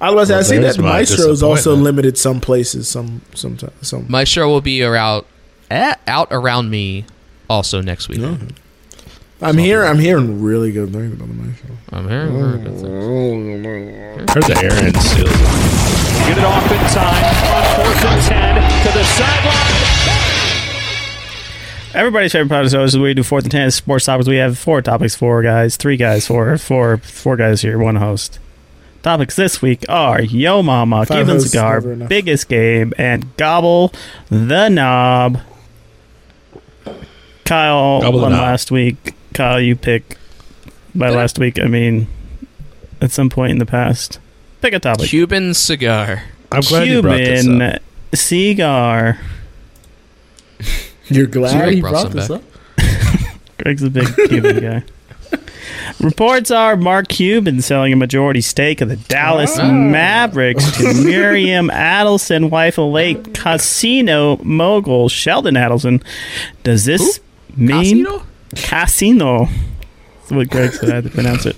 I was. I Well, see there's that the my Maestro is also disappointment. limited some places. Some some some. My show will be around eh, out around me also next week. I'm here. I'm hearing really good things about the Maestro. I'm hearing very good things. Heard the Aaron seals. Get it off in time on fourth and ten to the sideline. Everybody's favorite podcast is always we do fourth and ten sports topics. We have four topics, four guys, three guys, four, four, four guys here, one host. Topics this week are Yo Mama, Five Cuban hosts, Cigar, never enough. Biggest Game, and Gobble the Knob. Kyle Gobble the won knob. last week. Kyle, you pick. By last week, I mean at some point in the past. Pick a topic. Cuban cigar. I'm glad you brought this Cuban cigar. You're glad Greg he brought brought some this back. up. Greg's a big Cuban guy. Reports are Mark Cuban selling a majority stake of the Dallas Oh. Mavericks to Miriam Adelson, wife of late casino mogul Sheldon Adelson. Does this mean Casino. That's what Greg said. I had to pronounce it.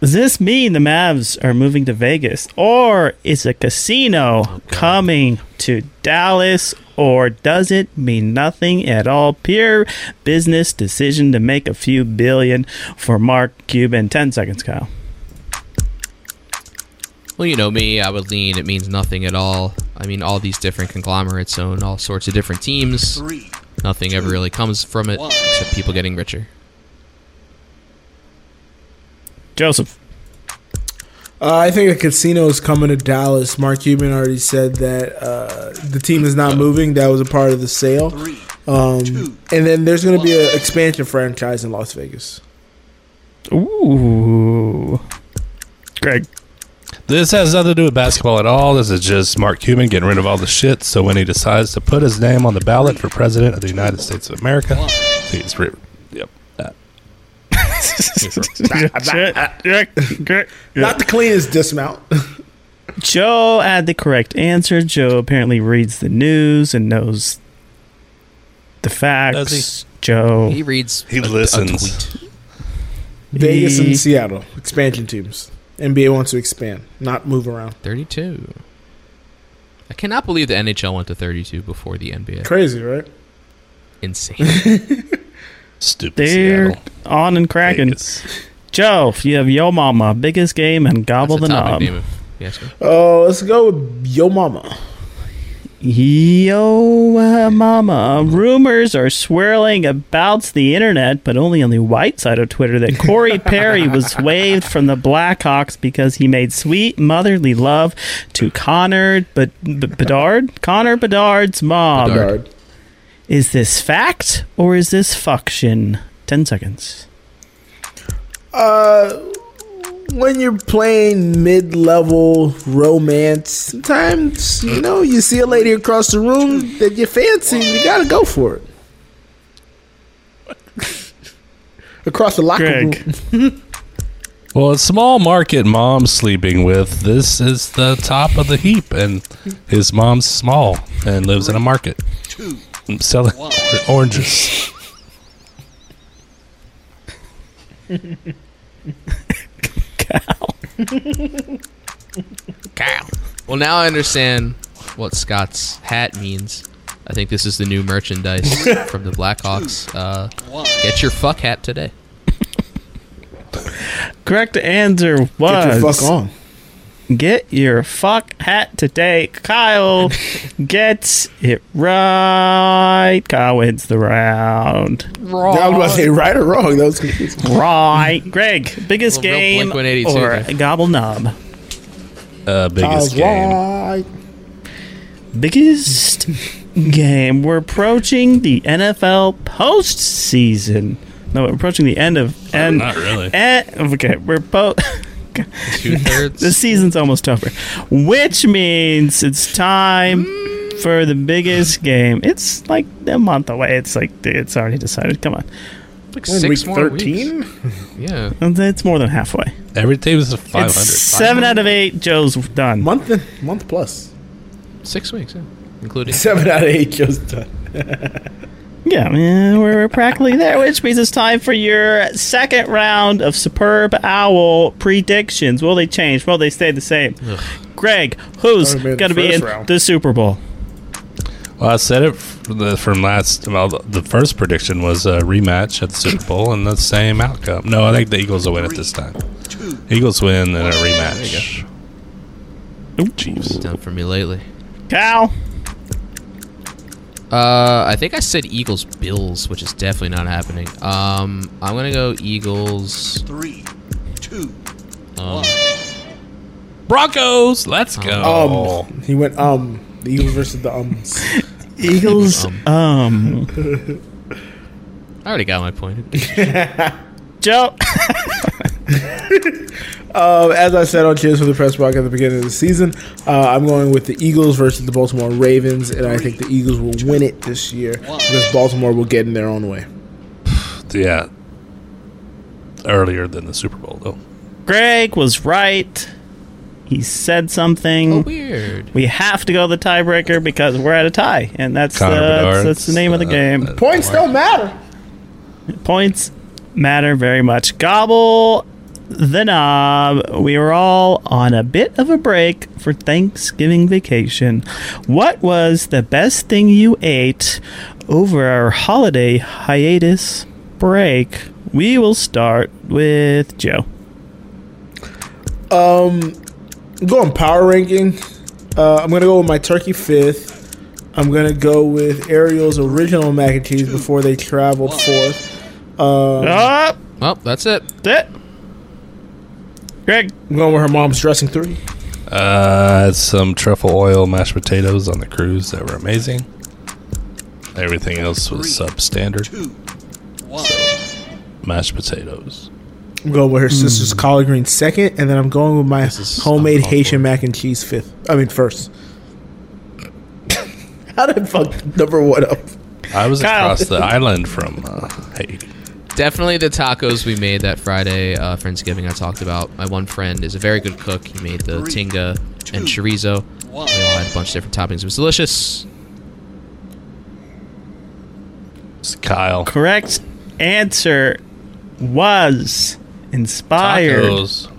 Does this mean the Mavs are moving to Vegas, or is a casino coming to Dallas, or does it mean nothing at all? Pure business decision to make a few billion for Mark Cuban. Ten seconds, Kyle. Well, you know me, I would lean it means nothing at all. I mean, all these different conglomerates own all sorts of different teams. nothing ever really comes from it except people getting richer. Joseph. Uh, I think a casino is coming to Dallas. Mark Cuban already said that uh, the team is not moving. That was a part of the sale. Um, and then there's going to be an expansion franchise in Las Vegas. Ooh. Greg. This has nothing to do with basketball at all. This is just Mark Cuban getting rid of all the shit. So when he decides to put his name on the ballot for president of the United States of America, he's re- yep. that. Not the cleanest dismount. Joe had the correct answer. Joe apparently reads the news and knows the facts. Does Joe. He reads. Oh. He listens. Vegas He- and Seattle expansion teams. NBA wants to expand, not move around. Thirty-two. I cannot believe the NHL went to 32 before the NBA. Crazy, right? Insane. Stupid. They're on and cracking. Joe, you have Yo Mama, biggest game, and Gobble the Knob. Oh, let's go with Yo Mama. Yo uh, Mama. Rumors are swirling about the internet, but only on the white side of Twitter, that Corey Perry was waived from the Blackhawks because he made sweet motherly love to Connor but, Bedard? Connor Bedard's mom. Bedard. Is this fact or is this fuction? 10 seconds. Uh, when you're playing mid-level romance, sometimes you know you see a lady across the room that you fancy, you gotta go for it. across the locker room. Well, a small market mom sleeping with. This is the top of the heap, and his mom's small and lives in a market selling oranges. Cow. Well, now I understand what Scott's hat means. I think this is the new merchandise from the Blackhawks. Uh, get your fuck hat today. Correct answer was your fuck on. Get your fuck hat today. Kyle gets it right. Kyle wins the round. Wrong. I was about to say right or wrong. That was confusing. Right. Greg, biggest Well, real game Blink-182 or there. gobble knob? Uh, biggest Kyle's game. Right. Biggest game. We're approaching the NFL postseason. No, we're approaching the end of end. Oh, not really. eh, okay, we're both. Two-thirds. the season's almost over, which means it's time for the biggest game. It's like a month away. It's like it's already decided. Come on, Like We're in six week more weeks. 13? Yeah. it's more than halfway. Every team is a 500. It's seven out of eight. Joe's done. Month month plus. Six weeks, yeah. including Seven out of eight Joe's done. Yeah, man, we're we're practically there, which means it's time for your second round of superb owl predictions. Will they change? Will they stay the same? Greg, who's Started with the going to be first in round. the Super Bowl? Well, I said it from, the, from last. Well, the- the first prediction was a rematch at the Super Bowl and the same outcome. No, I think the Eagles will win it this time. Eagles win and a rematch. Chiefs. Done for me lately. Cal. Uh, I think I said Eagles Bills, which is definitely not happening. Um, I'm gonna go Eagles. Three, two, um, Broncos. Let's go. Um, he went um the Eagles versus the ums. Eagles. Um, I already got my point. Joe. um, as I said on Cheers for the Press Box at the beginning of the season, uh, I'm going with the Eagles versus the Baltimore Ravens, and I think the Eagles will win it this year because Baltimore will get in their own way. Yeah. Earlier than the Super Bowl, though. Greg was right. He said something. Oh, weird. We have to go the tiebreaker because we're at a tie, and that's Connor uh, that's, Bedard. uh, that's the name of the game. Points don't matter. Points matter very much. Gobble the knob. We were all on a bit of a break for Thanksgiving vacation. What was the best thing you ate over our holiday hiatus break? We will start with Joe. Um, going power ranking. Uh, I'm gonna go with my turkey fifth. I'm gonna go with Ariel's original mac and cheese before they traveled forth. Um, Oh! Ah! Well, that's it. That's it. Greg, I'm going with her mom's dressing three. Uh, I had some truffle oil mashed potatoes on the cruise that were amazing. Everything else was substandard. So, mashed potatoes. I'm going with her sister's Hmm. collard green second, and then I'm going with my homemade Haitian mac and cheese fifth. I mean first. How did I fuck number one up? I was Kyle. across the island from uh, Haiti. Definitely the tacos we made that Friday, uh, Friendsgiving, I talked about. My one friend is a very good cook. He made the tinga and chorizo. We all had a bunch of different toppings. It was delicious. Kyle. Correct answer was inspired Tacos.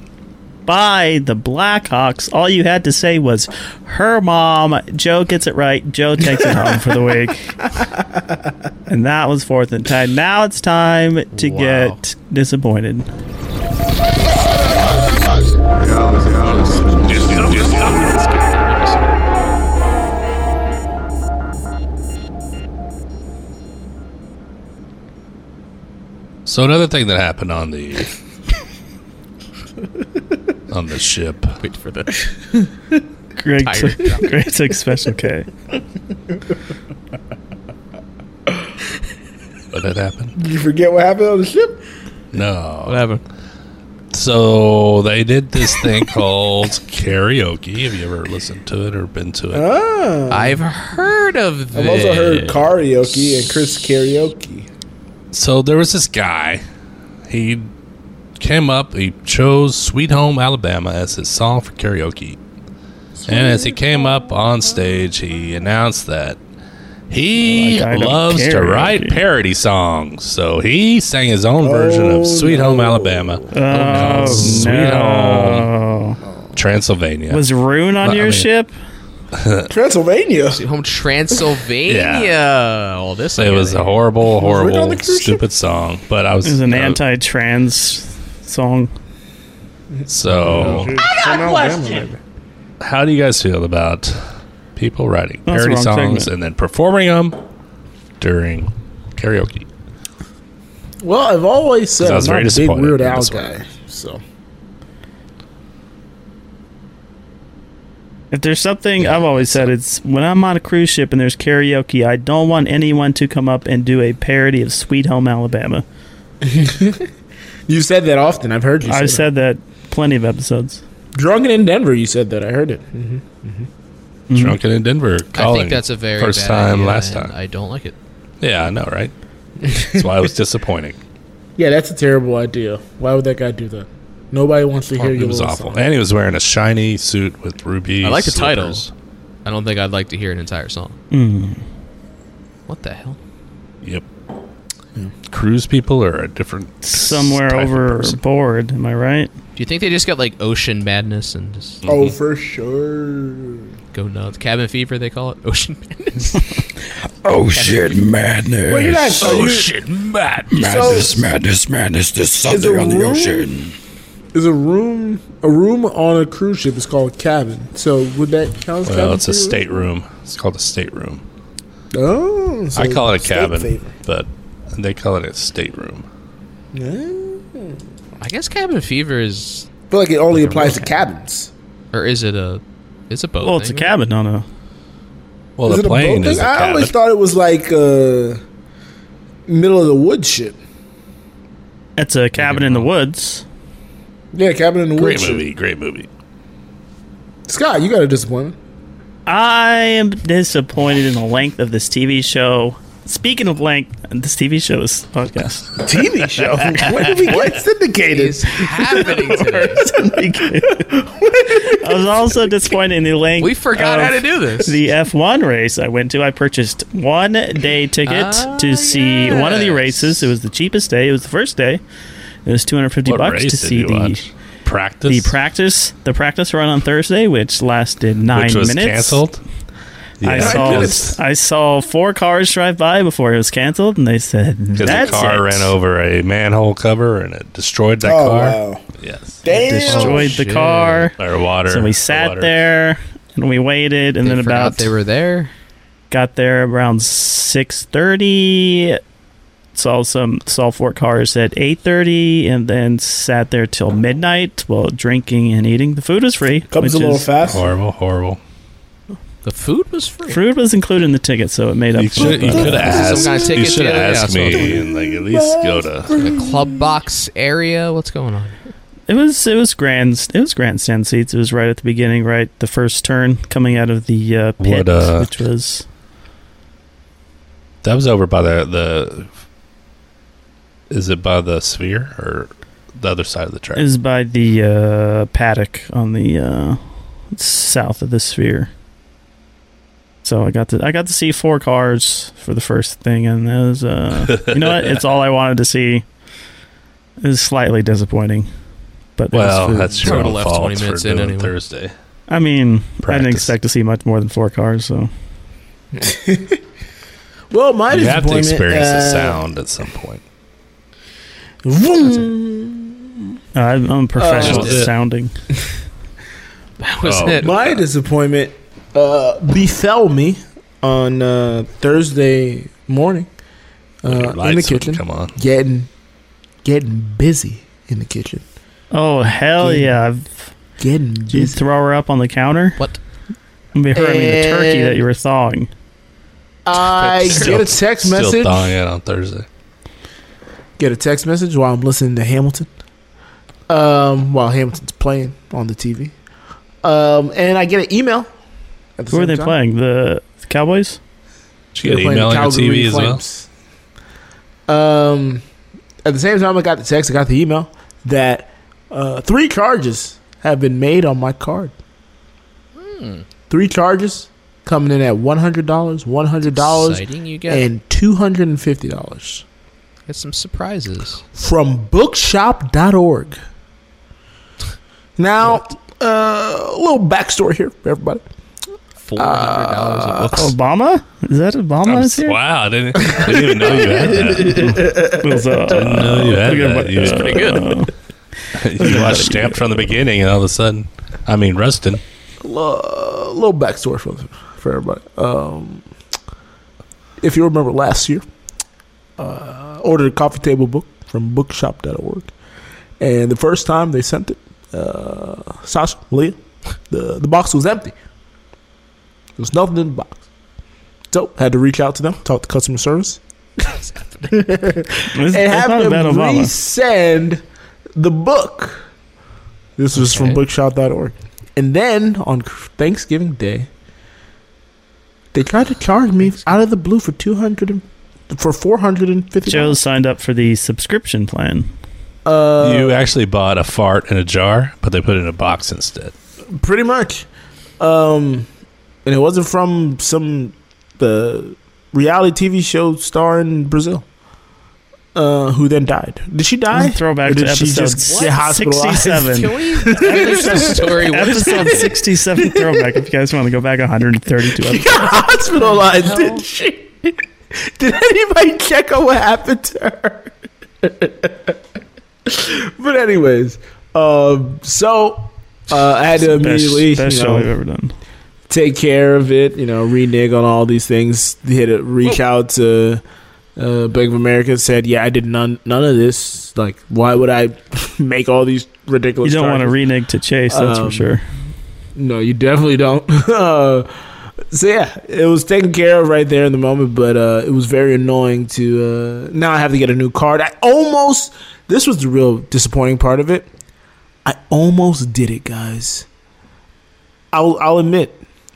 by the Blackhawks. All you had to say was her mom. Joe gets it right. Joe takes it home for the week. And that was fourth and tied. Now it's time to get disappointed. So another thing that happened on the on the ship. Wait for that. Greg, Tired. took, Greg took special K. But that happened. Did you forget what happened on the ship? No. What happened? So they did this thing called karaoke. Have you ever listened to it or been to it? Ah. I've heard of I've also heard this. karaoke and Chris karaoke. So there was this guy. He came up. He chose "Sweet Home Alabama" as his song for karaoke. and as he came up on stage, he announced that he Like, I don't loves to karaoke. write parody songs. So he sang his own version Oh, of "Sweet Home Alabama." Oh, called Oh, "Sweet Home Transylvania." Was Rune on Well, I your mean- ship? Transylvania. Home Transylvania. All this It was a horrible, Was Rick on horrible, the cruise stupid song. But I It was was an I- anti-trans song. So How do you guys feel about people writing That's the parody wrong songs segment. and then performing them during karaoke? Well, I've always said I was I'm very not a big disappointed Weird in Al this guy. So If there's something I've always said, it's when I'm on a cruise ship and there's karaoke, I don't want anyone to come up and do a parody of Sweet Home Alabama. you said that often. I've heard you. Say I've that. said that plenty of episodes. Drunken in Denver. You said that. I heard it. Mm-hmm. Mm-hmm. Drunken in Denver. I Colin, think that's a very bad first time idea, last and time. I don't like it. Yeah, I know, right? That's why it was disappointing. Yeah, that's a terrible idea. Why would that guy do that? Nobody wants to hear It your was little awful, song. and he was wearing a shiny suit with ruby. I like the slippers. titles. I don't think I'd like to hear an entire song. Hmm. Mm. What the hell? Yep. Cruise people are a different Somewhere type of person. overboard, am I right? Do you think they just got like ocean madness and just Oh, for sure. go nuts? Cabin fever, they call it ocean madness. Ocean Oh, madness. Well, you're not- Oh, are you- Ocean madness. madness, So- madness, madness. There's Is a something on the room- ocean. Is a room a room on a cruise ship is called a cabin. So would that count as Well, cabin? it's a fever? stateroom. It's called a stateroom. Oh, so I call it a state cabin, favor. but they call it a stateroom. Yeah. I guess cabin fever is, But like it only applies to cabins. or is it a? It's a boat. Well, it's a thing. cabin on a. Well, Is it a boat thing? I always thought it was like uh, middle of the woods shit. It's a cabin in the woods. Yeah, cabin in the Great woods. shit. movie. Great movie. Scott, you got a disappointment. I am disappointed in the length of this TV show. Speaking of length, this TV show is podcast. TV show? When did we get syndicated? happening today? I was also disappointed in the length. We forgot of how to do this. The F1 race I went to, I purchased one day ticket Ah, to see one of the races. It was the cheapest day. It was the first day. It was two hundred fifty What bucks race to did see you the watch? practice. The practice, the practice run on Thursday, which lasted nine Which was minutes. canceled? I Yeah. saw Yes. I saw four cars drive by before it was canceled, and they said Because that's a car it. ran over a manhole cover and it destroyed that Oh, car. wow. Yes. Damn. Oh, Destroyed the car. Or water. So we or sat water. there and we waited, and They then forgot about they were there. Got there around six thirty. Saw some saw four cars at eight thirty, and then sat there till midnight while drinking and eating. The food was free. Comes a which little is- fast. Horrible, horrible. The food was free. Food was included in the ticket, so it made up. You for should, the- you could have asked. Some guy take you it should to the have asked hospital. me and like at least go to. the club box area. What's going on? It was it was grand it was grandstand seats. It was right at the beginning, right the first turn coming out of the uh, pit, What, uh, which was That was over by the the. Is it by the sphere or the other side of the track? is by the uh, paddock on the uh, south of the sphere. So I got to I got to see four cars for the first thing, and it was uh, you know what? It's all I wanted to see. It was slightly disappointing, but it was well, food. that's your Sort of own left fault 20 minutes for in doing anyway. Thursday. I mean I didn't Practice. expect to see much more than four cars, so. Well, my you have to disappointment, experience the uh, sound at some point. Uh, I'm, I'm professional Uh, at sounding. That was Oh. it. My disappointment uh, befell me on uh, Thursday morning uh, in the lights kitchen. wouldn't come on. Getting, getting busy in the kitchen. Oh hell Getting- yeah! Getting you throw her up on the counter? What? I mean, her, I mean the turkey that you were thawing. I Still- get a text still message. thawing out on Thursday. Get a text message while I'm listening to Hamilton. Um, while Hamilton's playing on the TV. Um, and I get an email. at the Who are same they time. playing? The, the Cowboys? She got email on your TV as well. well. Um, at the same time, I got the text. I got the email that uh, three charges have been made on my card. Hmm. Three charges coming in at one hundred dollars, one hundred dollars, Exciting, you get- and two hundred and fifty dollars Get some surprises. from bookshop.org. Now, uh, a little backstory here for everybody. Four hundred dollars of books. Uh, Obama? Is that oh, Obama? Is here? Wow, I didn't, I didn't even know you had that. Was, uh, didn't know you had look at that. my- You, uh, pretty good. you watched Stamped from the beginning, and all of a sudden, I mean, Rustin. A little, little backstory for, for everybody. Um, if you remember last year, uh, ordered a coffee table book from bookshop.org. And the first time they sent it, uh, Sasha, Leah, the, the box was empty. There was nothing in the box. So, had to reach out to them, talk to customer service. It's- and it's have not them about Obama. resend the book. This was from bookshop.org. And then on Thanksgiving Day, they tried to charge me out of the blue for 200 and, for 450 Joe signed up for the subscription plan. Uh, you actually bought a fart in a jar, but they put it in a box instead. pretty much. Um, and it wasn't from some the reality TV show star in Brazil, uh, who then died. Did she die? Throwback Or to did she episode just get hospitalized? 67. episode 67 throwback if you guys want to go back 132 She episodes. got hospitalized, didn't she? Did anybody check on what happened to her? but anyways, um, so uh, I had to Best- immediately best you show know, we've ever done. take care of it. You know, renege on all these things. Hit it, reach out to uh, Bank of America. Said, yeah, I did none none of this. Like, why would I make all these You ridiculous? don't want to charges? renege to chase, that's Um, for sure. No, you definitely don't. uh, so yeah, it was taken care of right there in the moment, but uh, it was very annoying to. Uh, now I have to get a new card. I almost. This was the real disappointing part of it. I almost did it, guys. I'll, I'll admit,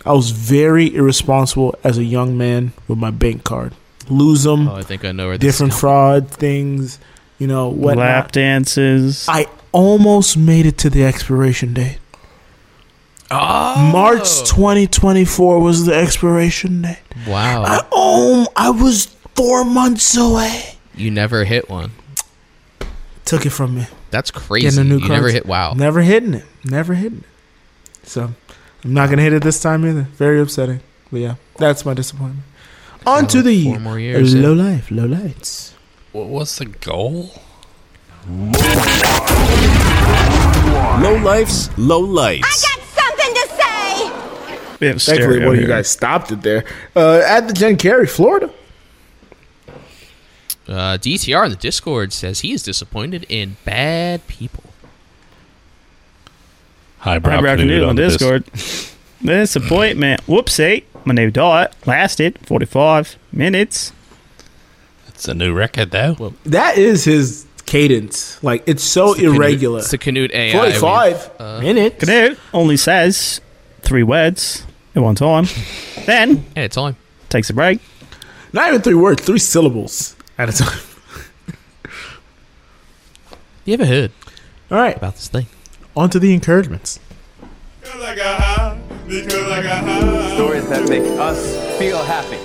I was very irresponsible as a young man with my bank card. lose them. Oh, I think I know where this different fraud things, you know what? Ah, Lap dances. I almost made it to the expiration date. Ah! March 2024 was the expiration date. Wow. I, oh, I was four months away. you never hit one. Took it from me. That's crazy. Getting a new you never card. hit wow. Never hitting it. Never hitting it. So I'm not gonna hit it this time either. Very upsetting. But yeah, that's my disappointment. On to the four more years, low yeah. life, low lights. What was the goal? Low lifes, low lights. Something to say! We have Thankfully, stereo one of you here. guys stopped it there. Uh, at the Jen Carey, Florida. Uh, DTR in the Discord says he is disappointed in bad people. Highbrow, Eyebrow canoe Canoe on the dis- Discord. Disappointment. Whoopsie. My new diet lasted 45 minutes. It's a new record, though. That is his cadence. Like it's so the Canute- irregular. it's the Canute AI Forty-five minutes. Canoe only says three words at one time. then. At a time. Takes a break. Not even three words, three syllables at a time. You ever heard? All right. About this thing. On to the encouragements. Stories that make us feel happy.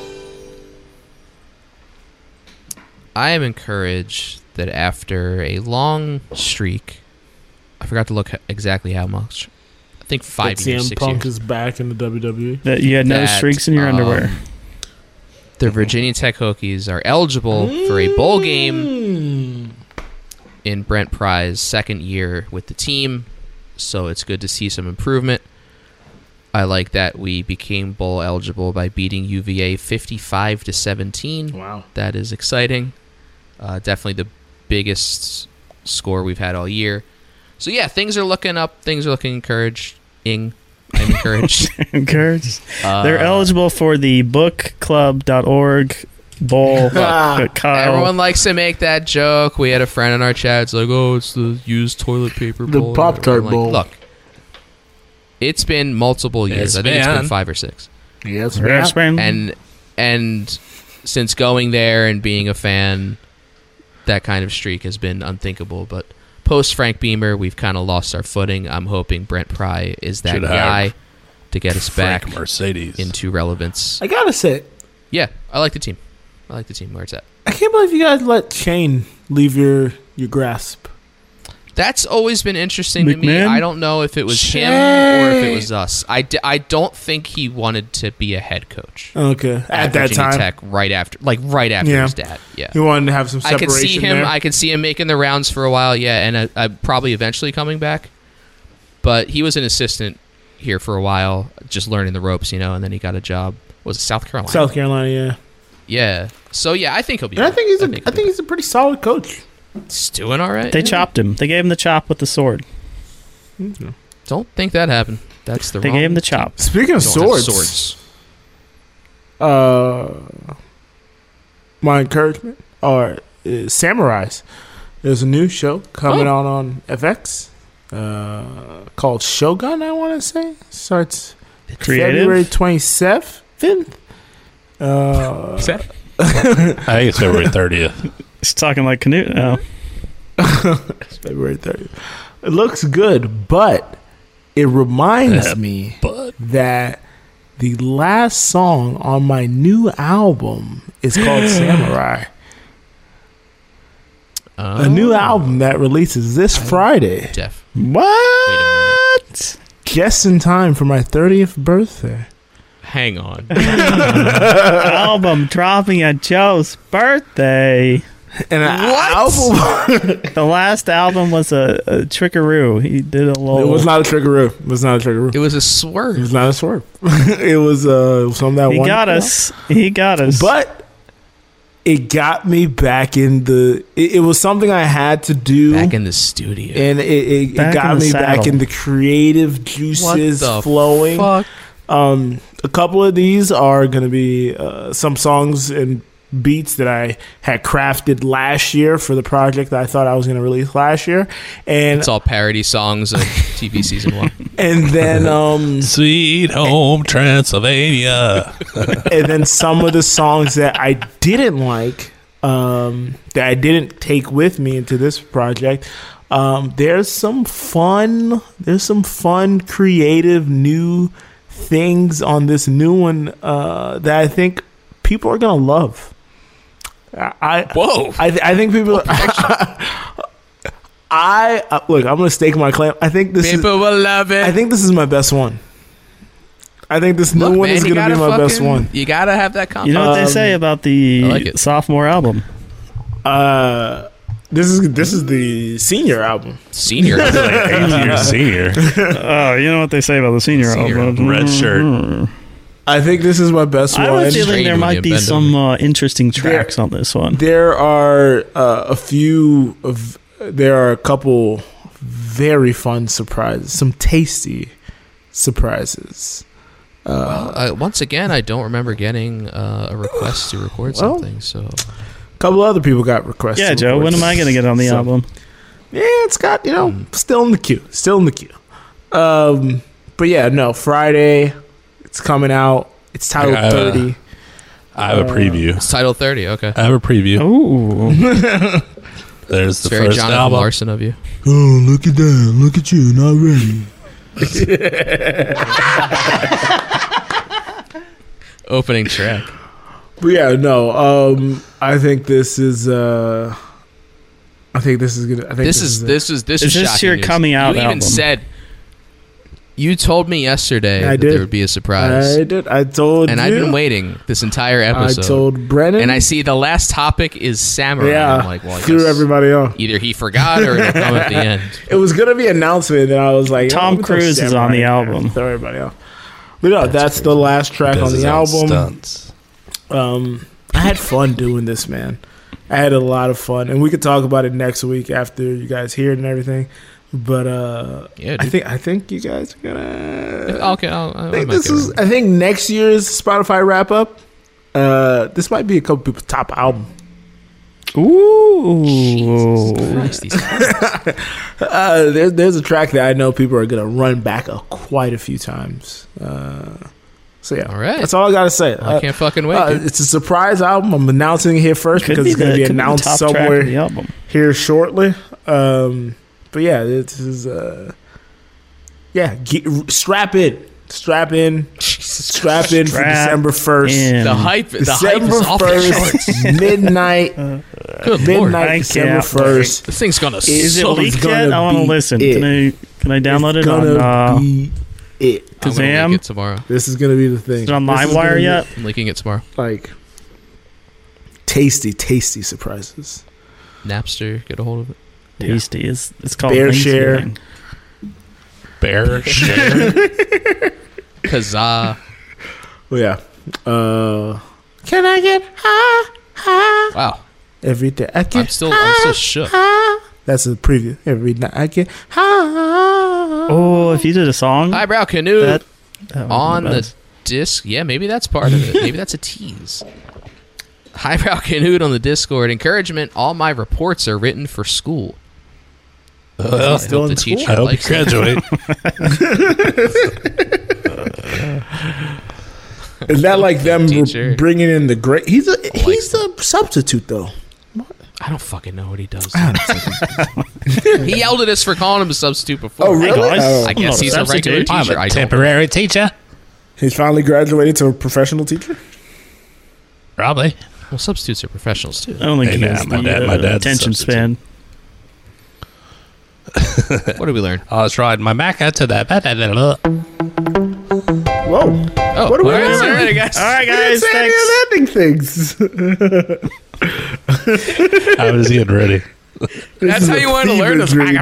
I am encouraged that after a long streak, I forgot to look h- exactly how much. I think five That years, CM six Punk years. is back in the E. WWE. That you had no That, streaks in your um, underwear. The Virginia Tech Hokies are eligible for a bowl game in Brent Pry's second year with the team, so it's good to see some improvement. I like that we became bowl eligible by beating UVA 55 to 17. Wow. That is exciting. Uh, definitely the biggest score we've had all year. So yeah, things are looking up. Things are looking encouraging. I'm encouraged. Encouraged. They're Uh, eligible for the bookclub.org bowl. But Kyle, Everyone likes to make that joke. We had a friend in our chat. It's like, oh, it's the used toilet paper The bowl. Pop-Tart I'm like, bowl. Look, it's been multiple years. Yes, I think it's man. been five or six. Yes, Yes, Mm-hmm. man. man. And and since going there and being a fan, that kind of streak has been unthinkable. But post Frank Beamer, we've kind of lost our footing. I'm hoping Brent Pry is that Should have guy to get us Frank back Mercedes. into relevance. I gotta say, Yeah, I like the team. I like the team where it's at. I can't believe you guys let Shane leave your your grasp. That's always been interesting to me. McMahon? I don't know if it was him or if it was us. I, d- I don't think he wanted to be a head coach. Okay. At that Virginia time? Tech, right after, like right after Yeah. his dad. Yeah, He wanted to have some I could see separation him. there. I could see him making the rounds for a while. Yeah, and uh, uh, probably eventually coming back. But he was an assistant here for a while, just learning the ropes, you know. And then he got a job. Was it South Carolina? South Carolina, yeah. Yeah. So yeah, I think he'll be. And I think he's a I I think, he's a pretty solid coach. he's doing all right. They yeah. chopped him. They gave him the chop with the sword. Don't think that happened. That's the They wrong gave him the chop. Speaking of We don't have swords, Uh, my encouragement are uh, samurais. There's a new show coming Oh. out on FX uh, called Shogun. I want to say starts Creative? February twenty seventh. Uh, I think it's February 30th. He's talking like Canute now. it's February 30th. It looks good, but it reminds Yeah, me that the last song on my new album is called Samurai. A new album that releases this Friday. Jeff. What? Just in time for my 30th birthday. Hang on. album dropping at Joe's birthday. And album. the last album was a, a trickaroo. He did a little. Oh, It was not a triggeroo. It was not a triggeroo. It was a swerve. It was not a swerve. it was uh something that He one got us. He got us. But it got me back in the. It, it was something I had to do back in the studio, and it, it, it Back got in the me back saddle. in the creative juices the flowing. fuck? Um, a couple of these are going to be uh, some songs in beats that I had crafted last year for the project that I thought I was going to release last year, and It's all parody songs of TV season one. and then um sweet home transylvania and then some of the songs that i didn't like um that i didn't take with me into this project um there's some fun there's some fun creative new things on this new one uh that i think people are gonna love I whoa. I, I think people. I uh, look. I'm gonna stake my claim. I think this. People is, will love it. I think this is my best one. I think this new one Man, is you gonna be my gotta best fucking- one. You gotta have that confidence. You know what they say about the Um, I like it. sophomore album? Uh, this is this is the senior album. Senior. Like eighth year senior. Oh, you know what they say about the senior, Senior album? red shirt. I think this is my best I have one. a feeling there might be some uh, interesting tracks on this one. There are uh, a few of. There are a couple very fun surprises. Some tasty surprises. Uh, Uh, once again, I don't remember getting uh, a request to record Well, something. So a couple other people got requests. Yeah, to Joe, record when am I going to get on the some- album? Hmm. Yeah, it's got you know still in the queue, still in the queue. Um, but yeah, no Friday, it's coming out. It's titled I have a- thirty. I have a preview. it's title thirty. Okay, I have a preview. Oh. Ooh. There's the it's very first Jonathan album. Larson of you. Oh, look at that! Look at you, not ready. Opening track. But yeah, no. Um, I think this is. Uh, I think this is gonna. I think This is it. this is this Is is this shocking your news. coming out You even album? said you told me yesterday I that did. there would be a surprise, I did. I told. and I've you. been waiting this entire I episode. told Brennan. and I see the last topic is samurai. Yeah, I'm like, well, I threw guess everybody off. either he forgot or it'll come at the end. It was gonna be an announcement, and I was like, Tom "Oh, we throw Cruise is on the Samurai in there, album. Throw everybody off. But no, that's, the last track Does on his the own album. Stunts. Um, I had fun doing this, man. I had a lot of fun, and we could talk about it next week after you guys hear it and everything. But uh, Yeah, I dude. think I think you guys are gonna. okay. I'll, I I think might this get is. around. I think next year's Spotify wrap up. Uh, this might be a couple people's top album. Ooh. Christ, these- Uh, there's there's a track that I know people are gonna run back a, quite a few times. Uh, so yeah, All right. that's all I gotta say. I Uh, can't fucking wait. uh, dude. it's a surprise album. I'm announcing it here first Could because be it's gonna the- be could be the announced top track of somewhere the album. here shortly. Um, but yeah, this is uh, yeah. Get, strap in, strap in, strap in for Strap December first. in. the hype. The hype Uh, December is off the charts. first, midnight, Good lord. midnight, I December can't wait. first. This thing's gonna Is it suck. leaked gonna yet? I want to be listen. it. Can I, can I download It's it on gonna uh, be it. I'm gonna leak Kazam? it tomorrow. This is gonna be the thing. Is it on This is gonna LimeWire be, yet? I'm leaking it tomorrow. Like tasty, tasty surprises. Napster, get a hold of it. Tasty. It's, it's called Bear share. Thanksgiving. Bear share. Kazaa. Well, Oh, yeah. Uh, Can I get high, high Wow. every day? I get I'm still I'm Ah, still shook. high. That's a preview. Every night I get high. Oh, if you did a song Eyebrow canoe that, that would be on the best. disc. Yeah, maybe that's part of it. Maybe that's a tease. Highbrow canoe on the Discord. Encouragement. All my reports are written for school. Well, I Still hope the in school? teacher I hope you likes them. graduate. Is that like them Teacher. bringing in the great? He's a he's that. a substitute though. I don't fucking know what he does. he yelled at us for calling him a substitute before. Oh, really? guys. Oh. I I'm not guess a he's a regular substitute. teacher. I'm I a don't- temporary teacher. He's finally graduated to a professional teacher. Probably. Well, substitutes are professionals too. I don't think Hey, he nah, has my the, dad- my uh, dad's attention substitute. span. What did we learn? I was riding my Maca to the Whoa! Oh, What are we all right, learning? all right, I guess. All right, Didn't guys. say any of Thanks. the ending things. I was getting ready. That's is how a you want to learn. fever This. dream.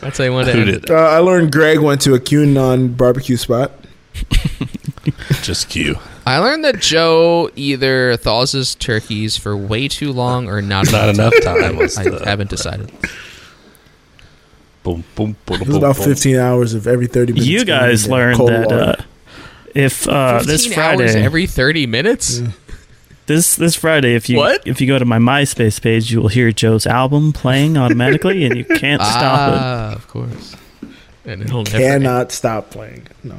That's how you want to. Who end. did? Uh, I learned Greg went to a QAnon barbecue spot. Just Q. I learned that Joe either thaws his turkeys for way too long or not Not enough. enough time. Was I the, haven't decided. boom, boom, boom, It was boom, about boom. 15 hours of every 30 minutes. You being guys in learned cold that water. uh, if uh, this 15 hours Friday every 30 minutes? This this Friday, if you What? if you go to my MySpace page, you will hear Joe's album playing automatically, and you can't stop Ah, of course. And it'll never end. Cannot stop playing. No.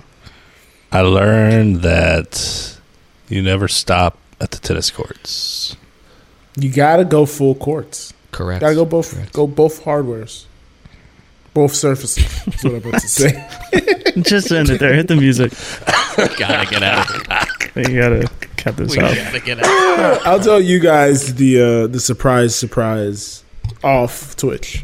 I learned that you never stop at the tennis courts. You gotta go full courts. Correct. Gotta go both go both hardwares. Both surfaces. That's what I'm about to say. it. Just end it there. Hit the music. gotta get out of here. You gotta cut this off. I'll tell you guys the uh, the surprise surprise off Twitch.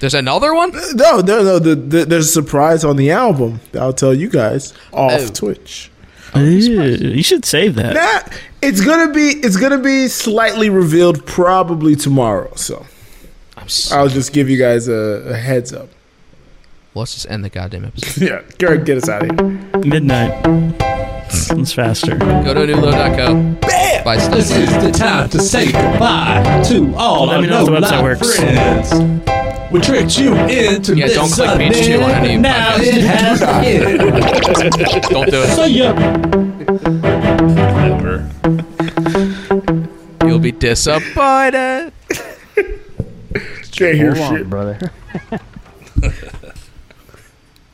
There's another one? No, no, no. The, the, there's a surprise on the album. that I'll tell you guys off Oh. Twitch. you should save that. Nah, it's gonna be it's gonna be slightly revealed probably tomorrow. So I'm I'll just give you guys a, a heads up. Well, let's just end the goddamn episode. yeah, Garrett, get us out of here. Midnight. Sounds faster. Go to newlow.co. Bam! Bye, Steve. This is the time to say goodbye to all Let our me know if the low website life works. friends. We tricked you into Yeah, this don't click page event. two on any Now podcast. it has Do not. ended. Don't do it. So you Never. You'll be disappointed. Can't hear shit. brother.